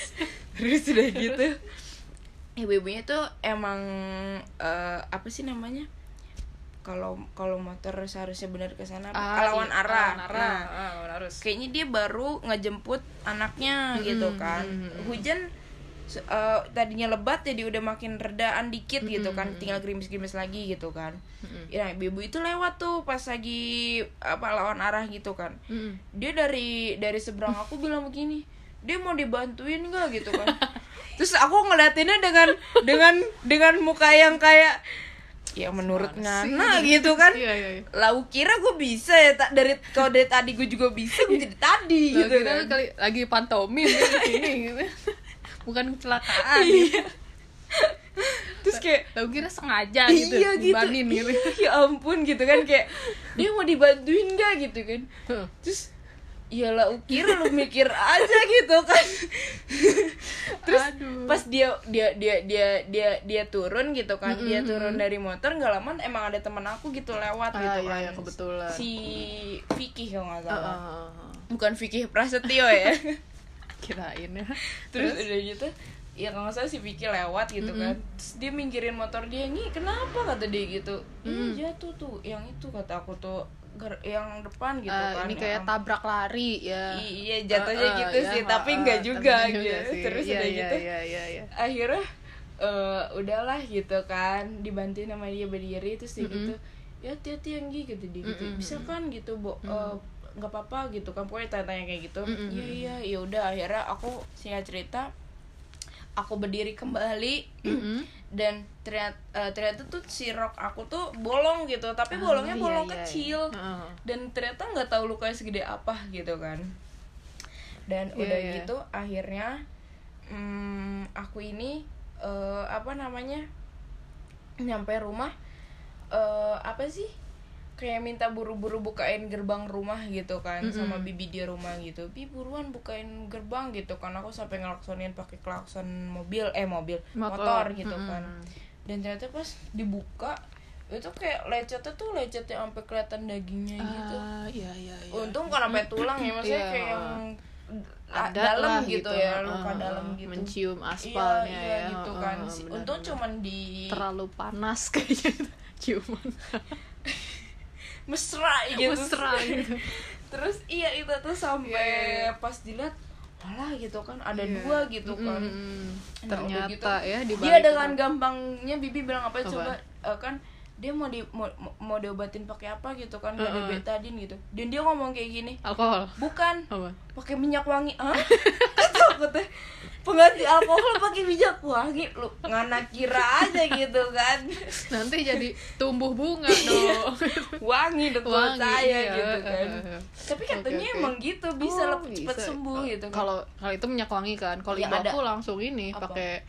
Speaker 1: terus udah gitu ibu-ibunya tuh emang eh, apa sih namanya kalau kalau motor seharusnya benar ke sana apa?
Speaker 2: Ah,
Speaker 1: lawan
Speaker 2: iya,
Speaker 1: arah
Speaker 2: lawan
Speaker 1: nah
Speaker 2: Ah, lawan arus
Speaker 1: kayaknya dia baru ngejemput anaknya gitu
Speaker 2: Mm-mm,
Speaker 1: kan
Speaker 2: mm-mm.
Speaker 1: hujan se- eh, tadinya lebat jadi udah makin redaan dikit gitu kan tinggal gerimis-gerimis lagi gitu kan
Speaker 2: Mm-mm.
Speaker 1: ya ibu itu lewat tuh pas lagi apa lawan arah gitu kan
Speaker 2: Mm-mm.
Speaker 1: dia dari dari seberang aku bilang begini dia mau dibantuin nggak gitu kan terus aku ngeliatinnya dengan dengan dengan muka yang kayak ya menurut
Speaker 2: Mana sih?
Speaker 1: Ngana gitu kan
Speaker 2: iya iya iya
Speaker 1: lau kira gue bisa ya tak dari kalau dari tadi gue juga bisa gue jadi tadi
Speaker 2: Lah,
Speaker 1: gitu
Speaker 2: kita
Speaker 1: kan
Speaker 2: kali lagi pantomim ya di sini gitu. bukan kecelakaan
Speaker 1: Iya.
Speaker 2: gitu.
Speaker 1: terus kayak
Speaker 2: Tahu kira sengaja gitu,
Speaker 1: iya gitu
Speaker 2: bebanin gitu.
Speaker 1: ya ampun gitu kan kayak dia mau dibantuin nggak gitu kan Iya
Speaker 2: Heeh.
Speaker 1: terus ya lau kira lu mikir aja gitu kan
Speaker 2: Terus, Aduh.
Speaker 1: pas dia dia dia dia dia dia turun gitu kan dia turun dari motor nggak lama emang ada teman aku gitu lewat
Speaker 2: Ah,
Speaker 1: gitu
Speaker 2: iya,
Speaker 1: kan
Speaker 2: iya, kebetulan.
Speaker 1: si Vicky kalau nggak
Speaker 2: Ah,
Speaker 1: salah
Speaker 2: ah, ah, ah.
Speaker 1: bukan Vicky Prasetyo ya
Speaker 2: kirain
Speaker 1: Eh,
Speaker 2: ya
Speaker 1: terus udah gitu ya kalau nggak salah si Vicky lewat gitu kan terus dia mingkirin motor dia Nyi kenapa kata dia gitu
Speaker 2: Mm.
Speaker 1: ini jatuh tuh yang itu kata aku tuh ger- yang depan gitu
Speaker 2: Ah,
Speaker 1: kan
Speaker 2: ini
Speaker 1: ya
Speaker 2: kayak
Speaker 1: ampun.
Speaker 2: tabrak lari ya
Speaker 1: I- iya jatuhnya
Speaker 2: Ah, ah,
Speaker 1: gitu
Speaker 2: ya,
Speaker 1: sih
Speaker 2: ah,
Speaker 1: tapi
Speaker 2: ah,
Speaker 1: nggak
Speaker 2: tapi
Speaker 1: juga,
Speaker 2: nggak
Speaker 1: gitu
Speaker 2: sih.
Speaker 1: terus
Speaker 2: Iya,
Speaker 1: udah
Speaker 2: iya,
Speaker 1: gitu
Speaker 2: iya, iya, iya.
Speaker 1: akhirnya eh, udahlah gitu kan dibantuin sama dia berdiri terus dia gitu ya hati-hati yang Gi," gitu dia gitu bisa kan gitu bo eh, nggak apa-apa gitu kan pokoknya tanya-tanya kayak gitu
Speaker 2: Mm-mm.
Speaker 1: iya iya ya udah akhirnya aku singkat cerita aku berdiri kembali
Speaker 2: Mm-mm.
Speaker 1: dan ternyata eh, ternyata tuh si rok aku tuh bolong gitu tapi bolongnya
Speaker 2: Ah, iya,
Speaker 1: bolong
Speaker 2: iya, iya.
Speaker 1: kecil
Speaker 2: Ah, ah.
Speaker 1: dan ternyata nggak tahu lukanya segede apa gitu kan dan
Speaker 2: Iya,
Speaker 1: udah
Speaker 2: iya.
Speaker 1: gitu akhirnya mm, aku ini eh, apa namanya nyampe rumah eh, apa sih kayak minta buru-buru bukain gerbang rumah gitu kan sama bibi di rumah gitu bi buruan bukain gerbang gitu kan aku sampai ngelaksonin pakai klakson mobil eh mobil motor, gitu kan dan ternyata pas dibuka itu kayak lecetnya tuh lecetnya sampai kelihatan dagingnya gitu
Speaker 2: Ah, iya iya iya
Speaker 1: untung kan sampai tulang ya maksudnya
Speaker 2: Iya.
Speaker 1: kayak yang
Speaker 2: Ada
Speaker 1: dalam
Speaker 2: lah
Speaker 1: gitu, ya
Speaker 2: ah,
Speaker 1: luka
Speaker 2: ah,
Speaker 1: dalam gitu
Speaker 2: mencium
Speaker 1: iya
Speaker 2: aspalnya
Speaker 1: iya
Speaker 2: ya
Speaker 1: gitu
Speaker 2: ah,
Speaker 1: kan
Speaker 2: ah,
Speaker 1: Si-
Speaker 2: benar,
Speaker 1: untung
Speaker 2: benar.
Speaker 1: cuman di
Speaker 2: terlalu panas kayaknya itu ciuman
Speaker 1: mesra gitu
Speaker 2: mesra gitu
Speaker 1: terus iya itu tuh sampai
Speaker 2: Iya,
Speaker 1: pas dilihat malah gitu kan ada
Speaker 2: Iya.
Speaker 1: dua gitu kan
Speaker 2: Mm-mm.
Speaker 1: Nah, udah
Speaker 2: ternyata
Speaker 1: gitu,
Speaker 2: ya di
Speaker 1: dia
Speaker 2: balik
Speaker 1: dengan
Speaker 2: itu-
Speaker 1: gampangnya bibi bilang apa
Speaker 2: Apa?
Speaker 1: coba eh, kan dia mau di mau, mau diobatin pakai apa gitu kan gak ada
Speaker 2: Heeh.
Speaker 1: betadin gitu dan dia ngomong kayak gini
Speaker 2: alkohol
Speaker 1: bukan
Speaker 2: apa
Speaker 1: pakai minyak wangi ah takutnya pengganti alkohol pakai minyak wangi lu ngana kira aja gitu kan
Speaker 2: nanti jadi tumbuh bunga dong
Speaker 1: wangi deh buat
Speaker 2: Wangi,
Speaker 1: saya
Speaker 2: iya.
Speaker 1: gitu kan
Speaker 2: Eh,
Speaker 1: tapi
Speaker 2: oke,
Speaker 1: katanya
Speaker 2: oke.
Speaker 1: emang gitu bisa
Speaker 2: Oh,
Speaker 1: cepet cepat
Speaker 2: bisa.
Speaker 1: sembuh gitu kan.
Speaker 2: kalau kalau itu minyak wangi kan kalau
Speaker 1: Ya,
Speaker 2: ibu
Speaker 1: ada.
Speaker 2: aku langsung ini
Speaker 1: Apa? Oh.
Speaker 2: pakai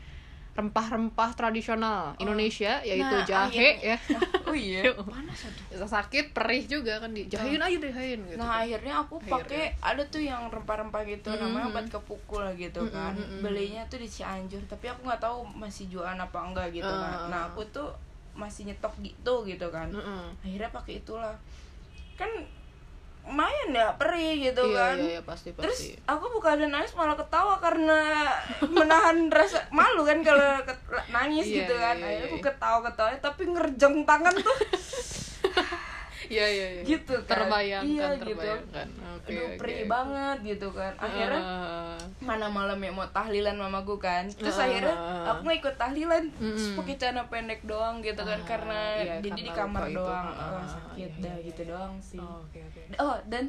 Speaker 2: rempah-rempah tradisional Indonesia yaitu
Speaker 1: Nah,
Speaker 2: jahe
Speaker 1: akhirnya-
Speaker 2: ya
Speaker 1: Wah, oh iya
Speaker 2: Yuk.
Speaker 1: panas aduh
Speaker 2: sakit perih juga kan dijahin aja dijahin gitu
Speaker 1: nah akhirnya aku
Speaker 2: Akhirnya.
Speaker 1: pakai ada tuh yang rempah-rempah gitu namanya
Speaker 2: Mhm.
Speaker 1: obat kepukul gitu kan
Speaker 2: Mhm, mhm.
Speaker 1: belinya tuh di Cianjur tapi aku nggak tahu masih jualan apa enggak gitu kan
Speaker 2: Ah.
Speaker 1: nah aku tuh masih nyetok gitu gitu kan
Speaker 2: Mm-mm.
Speaker 1: akhirnya pakai itulah kan lumayan ya perih gitu
Speaker 2: iya,
Speaker 1: kan
Speaker 2: iya, iya, pasti pasti
Speaker 1: terus aku bukan nangis malah ketawa karena menahan rasa malu kan kalau ke- nangis
Speaker 2: Iya,
Speaker 1: gitu kan
Speaker 2: iya, iya,
Speaker 1: akhirnya aku
Speaker 2: iya.
Speaker 1: ketawa ketawa tapi ngerjeng tangan tuh
Speaker 2: iya iya iya
Speaker 1: gitu kan.
Speaker 2: terbayangkan
Speaker 1: Iya, gitu.
Speaker 2: terbayangkan oke
Speaker 1: aduh
Speaker 2: oke,
Speaker 1: perih
Speaker 2: oke.
Speaker 1: banget gitu kan akhirnya
Speaker 2: Ah,
Speaker 1: mana malam ya mau tahlilan mamaku kan terus
Speaker 2: Ah.
Speaker 1: akhirnya aku nggak ikut tahlilan terus
Speaker 2: Mm-mm.
Speaker 1: pakai celana pendek doang gitu kan
Speaker 2: Ah,
Speaker 1: karena
Speaker 2: iya,
Speaker 1: jadi di
Speaker 2: karena
Speaker 1: kamar
Speaker 2: luka itu.
Speaker 1: doang
Speaker 2: Ah,
Speaker 1: Wah,
Speaker 2: ah,
Speaker 1: sakit
Speaker 2: iya,
Speaker 1: dah
Speaker 2: iya,
Speaker 1: gitu
Speaker 2: iya.
Speaker 1: doang sih
Speaker 2: oh, oke oke
Speaker 1: oh dan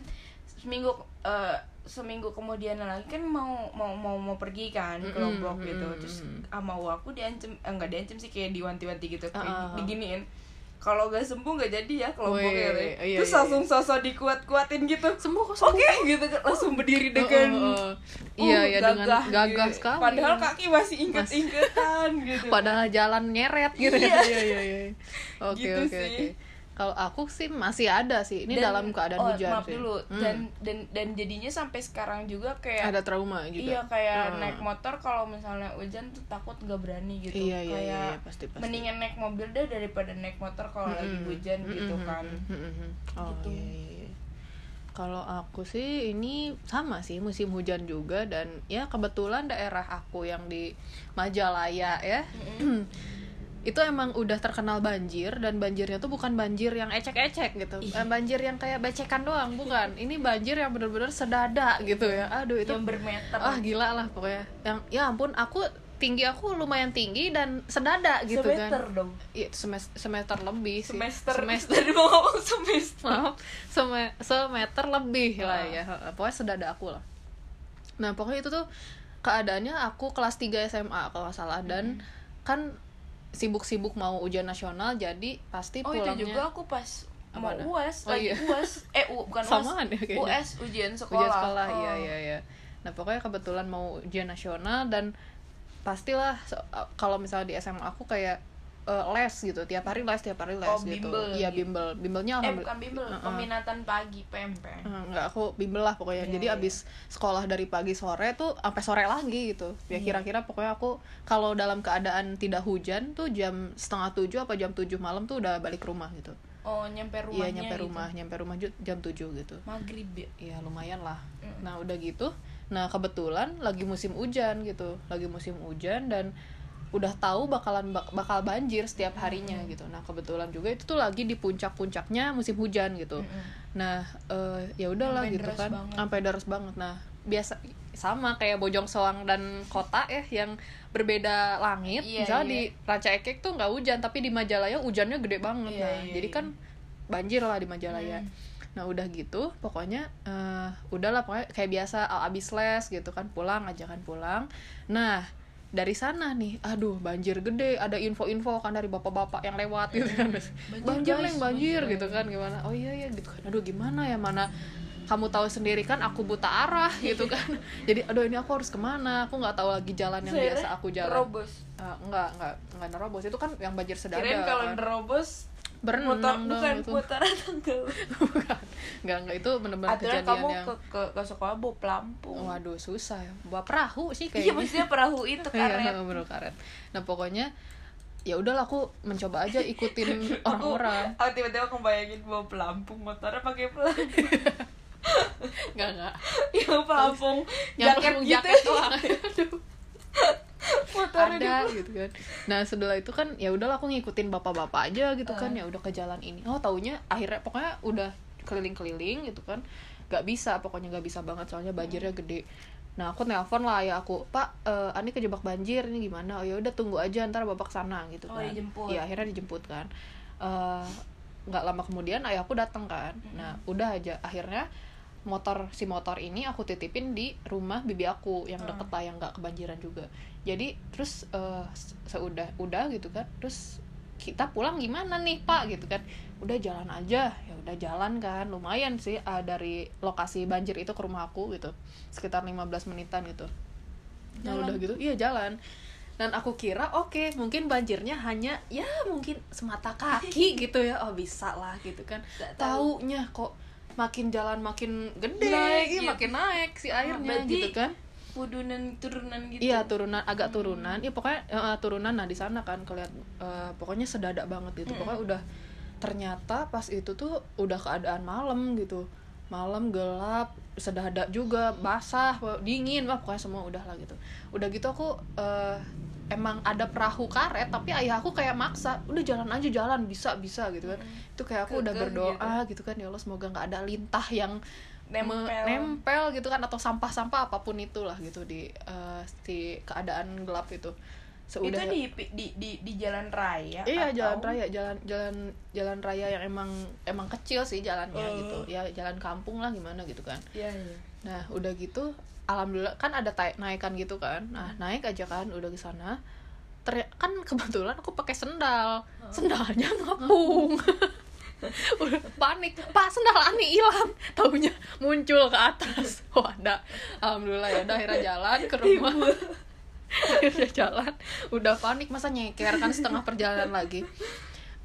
Speaker 1: seminggu eh, seminggu kemudian lagi kan mau mau mau mau pergi kan ke
Speaker 2: Mm-mm,
Speaker 1: Lombok gitu
Speaker 2: mm-mm,
Speaker 1: terus
Speaker 2: mm-mm.
Speaker 1: sama Wu aku diancem eh, enggak diancem sih kayak diwanti-wanti gitu kayak
Speaker 2: Ah, ah, ah.
Speaker 1: diginiin kalau gak sembuh gak jadi ya ke Lombok
Speaker 2: Weh,
Speaker 1: gitu ya.
Speaker 2: iya,
Speaker 1: terus
Speaker 2: iya,
Speaker 1: langsung sosok dikuat-kuatin gitu
Speaker 2: sembuh kok
Speaker 1: oke gitu kan. langsung berdiri dengan
Speaker 2: Oh, oh, oh.
Speaker 1: uh,
Speaker 2: iya ya dengan gagah
Speaker 1: gitu.
Speaker 2: sekali
Speaker 1: padahal kaki masih inget-ingetan gitu
Speaker 2: padahal jalan nyeret gitu
Speaker 1: Iya.
Speaker 2: iya iya iya oke
Speaker 1: Gitu
Speaker 2: oke
Speaker 1: sih.
Speaker 2: oke kalau aku sih masih ada sih ini
Speaker 1: Dan-
Speaker 2: dalam keadaan
Speaker 1: oh,
Speaker 2: hujan
Speaker 1: maaf
Speaker 2: sih
Speaker 1: dulu
Speaker 2: Hmm.
Speaker 1: dan dan dan jadinya sampai sekarang juga kayak
Speaker 2: ada trauma juga
Speaker 1: Iya kayak
Speaker 2: Ah.
Speaker 1: naik motor kalau misalnya hujan tuh takut nggak berani gitu.
Speaker 2: iya iya iya,
Speaker 1: kayak
Speaker 2: iya, pasti pasti Hmm,
Speaker 1: mendingan naik mobil deh daripada naik motor kalau lagi
Speaker 2: Mm-mm.
Speaker 1: hujan gitu
Speaker 2: Mm-mm,
Speaker 1: kan.
Speaker 2: mm-mm, mm-mm. oh
Speaker 1: Gitu.
Speaker 2: iya iya iya kalau aku sih ini sama sih musim hujan juga dan ya kebetulan daerah aku yang di Majalaya ya itu emang udah terkenal banjir dan banjirnya tuh bukan banjir yang ecek-ecek gitu Eh, banjir yang kayak becekan doang bukan ini banjir yang bener-bener sedada gitu ya aduh itu
Speaker 1: Yang bermeter.
Speaker 2: ah gila lah pokoknya yang ya ampun aku tinggi aku lumayan tinggi dan sedada gitu
Speaker 1: semester
Speaker 2: kan
Speaker 1: dong.
Speaker 2: Iya, semes- semester lebih sih.
Speaker 1: Semester.
Speaker 2: Semester.
Speaker 1: Tadi mau ngomong semester.
Speaker 2: Maaf, seme- semeter lebih lah
Speaker 1: Ah.
Speaker 2: ya. Heeh, Pokoknya sedada aku lah. Nah, pokoknya itu tuh keadaannya aku kelas 3 SMA kalau nggak salah dan
Speaker 1: Hmm.
Speaker 2: kan sibuk-sibuk mau ujian nasional jadi pasti
Speaker 1: Oh
Speaker 2: pulangnya
Speaker 1: itu juga aku pas mau
Speaker 2: Apaan?
Speaker 1: UAS,
Speaker 2: Oh,
Speaker 1: lagi
Speaker 2: iya.
Speaker 1: UAS. Eh U- bukan
Speaker 2: Samaan
Speaker 1: UAS.
Speaker 2: ya kayaknya.
Speaker 1: UAS ujian sekolah.
Speaker 2: ujian sekolah
Speaker 1: Oh.
Speaker 2: iya iya iya nah pokoknya kebetulan mau ujian nasional dan pastilah so- kalau misalnya di SMA aku kayak eh, les gitu tiap hari les tiap hari les
Speaker 1: Oh,
Speaker 2: gitu
Speaker 1: bimbel
Speaker 2: iya
Speaker 1: gitu.
Speaker 2: bimbel bimbelnya
Speaker 1: eh
Speaker 2: alhamdul-
Speaker 1: bukan bimbel
Speaker 2: Heeh.
Speaker 1: peminatan pagi pempek
Speaker 2: Eh, nggak aku bimbel lah pokoknya
Speaker 1: Iya,
Speaker 2: jadi
Speaker 1: iya.
Speaker 2: abis sekolah dari pagi sore tuh sampai sore lagi gitu ya
Speaker 1: Iya.
Speaker 2: kira-kira pokoknya aku kalau dalam keadaan tidak hujan tuh jam setengah tujuh apa jam tujuh malam tuh udah balik rumah gitu
Speaker 1: oh nyampe rumahnya
Speaker 2: iya nyampe
Speaker 1: gitu.
Speaker 2: rumah nyampe rumah ju- jam tujuh gitu
Speaker 1: maghrib ya
Speaker 2: Iya lumayan lah.
Speaker 1: Mm.
Speaker 2: Nah udah gitu, nah kebetulan lagi musim hujan gitu, lagi musim hujan dan udah tahu bakalan bak- bakal banjir setiap harinya gitu. Nah kebetulan juga itu tuh lagi di puncak-puncaknya musim hujan gitu.
Speaker 1: Mm-mm.
Speaker 2: Nah eh, ya udahlah
Speaker 1: Sampai
Speaker 2: gitu
Speaker 1: deres
Speaker 2: kan,
Speaker 1: banget.
Speaker 2: sampai deres banget. Nah biasa sama kayak Bojong Soang dan Kota ya yang berbeda langit.
Speaker 1: Iya, iya.
Speaker 2: Misalnya di Raca Ekek tuh nggak hujan, tapi di Majalaya hujannya gede banget.
Speaker 1: Iya,
Speaker 2: nah
Speaker 1: iya,
Speaker 2: jadi
Speaker 1: iya.
Speaker 2: kan banjir lah di Majalaya.
Speaker 1: Hmm.
Speaker 2: Nah udah gitu, pokoknya eh udahlah pokoknya kayak biasa a- abis les gitu kan pulang ajakan pulang. Nah dari sana nih, aduh banjir gede, ada info-info kan dari bapak-bapak yang lewat gitu kan. Banjir
Speaker 1: guys, Hmm.
Speaker 2: leng banjir
Speaker 1: banjir,
Speaker 2: gitu kan gimana? Oh iya iya gitu kan. Aduh gimana ya mana kamu tahu sendiri kan aku buta arah gitu kan. Jadi aduh ini aku harus kemana? Aku nggak tahu lagi jalan yang
Speaker 1: Saya
Speaker 2: biasa aku jalan.
Speaker 1: nerobos
Speaker 2: Ah, enggak, enggak, enggak nerobos itu kan yang banjir sedada.
Speaker 1: kirain kalau
Speaker 2: kan.
Speaker 1: nerobos
Speaker 2: Berenang
Speaker 1: muter-
Speaker 2: dong gitu.
Speaker 1: bukan
Speaker 2: itu.
Speaker 1: putaran tenggelam
Speaker 2: Bukan. Enggak, enggak itu benar-benar
Speaker 1: aturan
Speaker 2: kejadian
Speaker 1: kamu
Speaker 2: yang
Speaker 1: ke, ke ke sekolah bawa pelampung
Speaker 2: Waduh susah ya. Bawa perahu sih
Speaker 1: iya
Speaker 2: kayaknya.
Speaker 1: maksudnya perahu itu
Speaker 2: Iya,
Speaker 1: karet
Speaker 2: bener karet. Nah, pokoknya ya udahlah aku mencoba aja ikutin orang-orang.
Speaker 1: aku tiba-tiba ngebayangin bawa pelampung motornya pakai pelampung
Speaker 2: Enggak, enggak.
Speaker 1: yang pelampung jaket
Speaker 2: Yang
Speaker 1: gitu
Speaker 2: jaket doang. Aduh,
Speaker 1: motornya
Speaker 2: ada
Speaker 1: di-
Speaker 2: gitu kan. Nah, setelah itu kan ya udahlah aku ngikutin bapak-bapak aja gitu kan. Ya udah ke jalan ini. Oh, taunya akhirnya pokoknya udah keliling-keliling gitu kan. Gak bisa, pokoknya gak bisa banget soalnya banjirnya gede. Nah, aku nelpon lah ya aku, "Pak, eh, Ani kejebak banjir, ini gimana?" Oh, ya udah tunggu aja ntar bapak kesana gitu
Speaker 1: Oh,
Speaker 2: kan.
Speaker 1: dijemput.
Speaker 2: Iya, akhirnya dijemput kan Eh, nggak lama kemudian ayahku datang kan nah udah aja akhirnya motor si motor ini aku titipin di rumah bibi aku yang deket lah yang nggak kebanjiran juga jadi terus eh, se- seudah udah gitu kan terus kita pulang gimana nih pak gitu kan udah jalan aja ya udah jalan kan lumayan sih ah, dari lokasi banjir itu ke rumah aku gitu sekitar 15 menitan gitu Nah
Speaker 1: Jalan.
Speaker 2: udah gitu, iya jalan. Dan aku kira oke, mungkin banjirnya hanya ya mungkin semata kaki gitu ya. Oh, bisa lah gitu kan.
Speaker 1: Nggak tahu.
Speaker 2: Taunya kok makin jalan makin gede,
Speaker 1: Naik,
Speaker 2: iya,
Speaker 1: gitu.
Speaker 2: makin naik si airnya
Speaker 1: berarti
Speaker 2: gitu kan.
Speaker 1: Kudunan turunan gitu
Speaker 2: Iya, turunan agak turunan. Ya pokoknya eh, turunan nah di sana kan kelihat eh, pokoknya sedadak banget gitu. Pokoknya udah ternyata pas itu tuh udah keadaan malam gitu. Malam gelap, sedadak juga, basah, wah, dingin, wah pokoknya semua udah lah gitu. Udah gitu aku eh, emang ada perahu karet tapi ayah aku kayak maksa, udah jalan aja jalan bisa bisa gitu kan. Itu kayak aku udah
Speaker 1: Kekeh
Speaker 2: berdoa gitu kan ya Allah semoga nggak ada lintah yang
Speaker 1: Nempel.
Speaker 2: me- nempel gitu kan atau sampah-sampah apapun itulah gitu di eh, di keadaan gelap itu.
Speaker 1: itu
Speaker 2: Seudah
Speaker 1: di, di di di jalan raya
Speaker 2: Iya
Speaker 1: atau-
Speaker 2: jalan raya jalan jalan jalan raya yang emang emang kecil sih jalannya
Speaker 1: Eh.
Speaker 2: gitu ya jalan kampung lah gimana gitu kan
Speaker 1: iya iya
Speaker 2: nah udah gitu alhamdulillah kan ada tai- naikan gitu kan nah naik aja kan udah ke sana Ter- kan kebetulan aku pakai sendal
Speaker 1: Oh.
Speaker 2: sendalnya ngapung udah panik pak sendal ani hilang taunya muncul ke atas oh ada alhamdulillah ya udah akhirnya jalan ke rumah akhirnya jalan udah panik masa nyeker kan setengah perjalanan lagi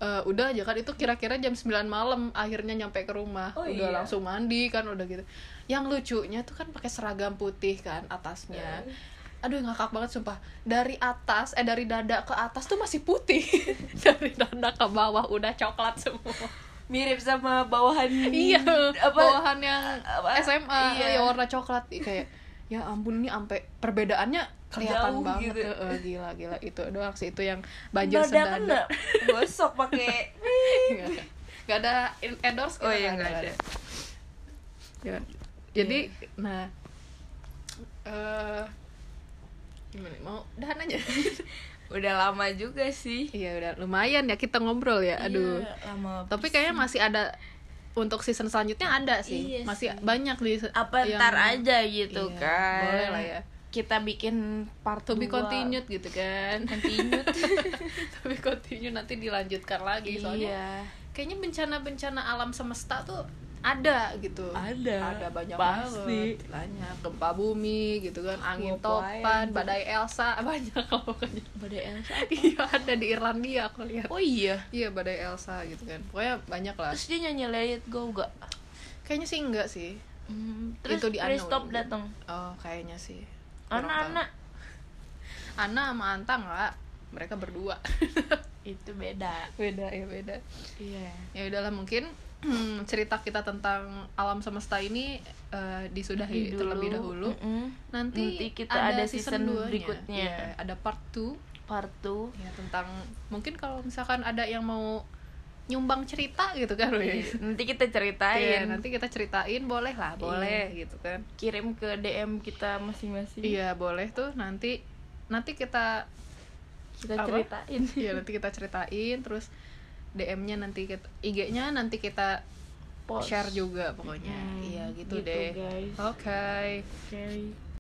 Speaker 2: Eh, udah aja kan itu kira-kira jam 9 malam akhirnya nyampe ke rumah
Speaker 1: Oh,
Speaker 2: udah
Speaker 1: iya.
Speaker 2: langsung mandi kan udah gitu yang lucunya tuh kan pakai seragam putih kan
Speaker 1: Iya.
Speaker 2: atasnya aduh ngakak banget sumpah dari atas eh dari dada ke atas tuh masih putih dari dada ke bawah udah coklat semua
Speaker 1: mirip sama bawahan
Speaker 2: iya
Speaker 1: apa
Speaker 2: bawahan yang
Speaker 1: apa-
Speaker 2: SMA
Speaker 1: iya.
Speaker 2: ya warna coklat Ih, kayak ya ampun ini sampai perbedaannya
Speaker 1: Jauh
Speaker 2: kelihatan banget
Speaker 1: gitu.
Speaker 2: Heeh, gila gila itu doang sih itu yang banjir
Speaker 1: dada kan
Speaker 2: sedada
Speaker 1: nggak gosok pakai
Speaker 2: Nggak ada- nggak ada in- endorse gitu
Speaker 1: Oh iya,
Speaker 2: nggak
Speaker 1: nggak ada. Iya.
Speaker 2: Ya. jadi nah eh gimana mau dahan aja
Speaker 1: udah lama juga sih
Speaker 2: iya udah lumayan ya kita ngobrol ya aduh
Speaker 1: Iya, lama
Speaker 2: tapi kayaknya masih ada untuk season selanjutnya ada
Speaker 1: Iya
Speaker 2: sih masih banyak di
Speaker 1: apa
Speaker 2: yang-
Speaker 1: ntar aja gitu
Speaker 2: Iya,
Speaker 1: kan
Speaker 2: boleh lah ya.
Speaker 1: kita bikin part
Speaker 2: to be
Speaker 1: dua.
Speaker 2: continued gitu kan
Speaker 1: Continued.
Speaker 2: to be continued nanti dilanjutkan lagi soalnya
Speaker 1: iya
Speaker 2: kayaknya bencana-bencana alam semesta tuh ada gitu
Speaker 3: Ada,
Speaker 2: ada banyak
Speaker 3: pasti.
Speaker 2: banget banyak gempa bumi gitu kan angin
Speaker 3: Mau
Speaker 2: topan
Speaker 3: pelayan.
Speaker 2: badai Elsa banyak kalau bukannya
Speaker 1: badai Elsa
Speaker 2: iya ada di Irlandia aku lihat
Speaker 1: oh iya
Speaker 2: iya badai Elsa gitu kan pokoknya banyak lah
Speaker 1: terus dia nyanyi Let It Go gak
Speaker 2: kayaknya sih enggak sih
Speaker 1: Hmm, terus
Speaker 2: Itu di Unknown.
Speaker 1: Christoph datang
Speaker 2: oh kayaknya sih Kurang tahu.
Speaker 1: anak-anak
Speaker 2: Ana sama Anta enggak mereka berdua
Speaker 1: itu beda
Speaker 2: beda ya beda
Speaker 1: iya
Speaker 2: ya udahlah mungkin hmm, cerita kita tentang alam semesta ini eh, disudahi
Speaker 1: Dulu.
Speaker 2: terlebih dahulu
Speaker 1: Mm-mm.
Speaker 2: nanti,
Speaker 1: Nanti kita ada season
Speaker 2: 2-nya.
Speaker 1: berikutnya.
Speaker 2: Iya, ada part 2
Speaker 1: part 2
Speaker 2: ya tentang mungkin kalau misalkan ada yang mau nyumbang cerita gitu kan Roy.
Speaker 1: nanti kita
Speaker 2: Iya,
Speaker 1: ceritain
Speaker 2: nanti kita ceritain boleh
Speaker 1: Iya.
Speaker 2: lah, boleh gitu kan.
Speaker 1: kirim ke DM kita masing-masing
Speaker 2: Iya, boleh tuh nanti nanti kita
Speaker 1: kita
Speaker 2: Apa?
Speaker 1: ceritain
Speaker 2: ya nanti kita ceritain terus DM-nya nanti kita IG-nya nanti kita
Speaker 1: Post.
Speaker 2: share juga pokoknya.
Speaker 1: Mm,
Speaker 2: iya gitu,
Speaker 1: gitu,
Speaker 2: deh.
Speaker 1: guys.
Speaker 2: Oke.
Speaker 1: Oke.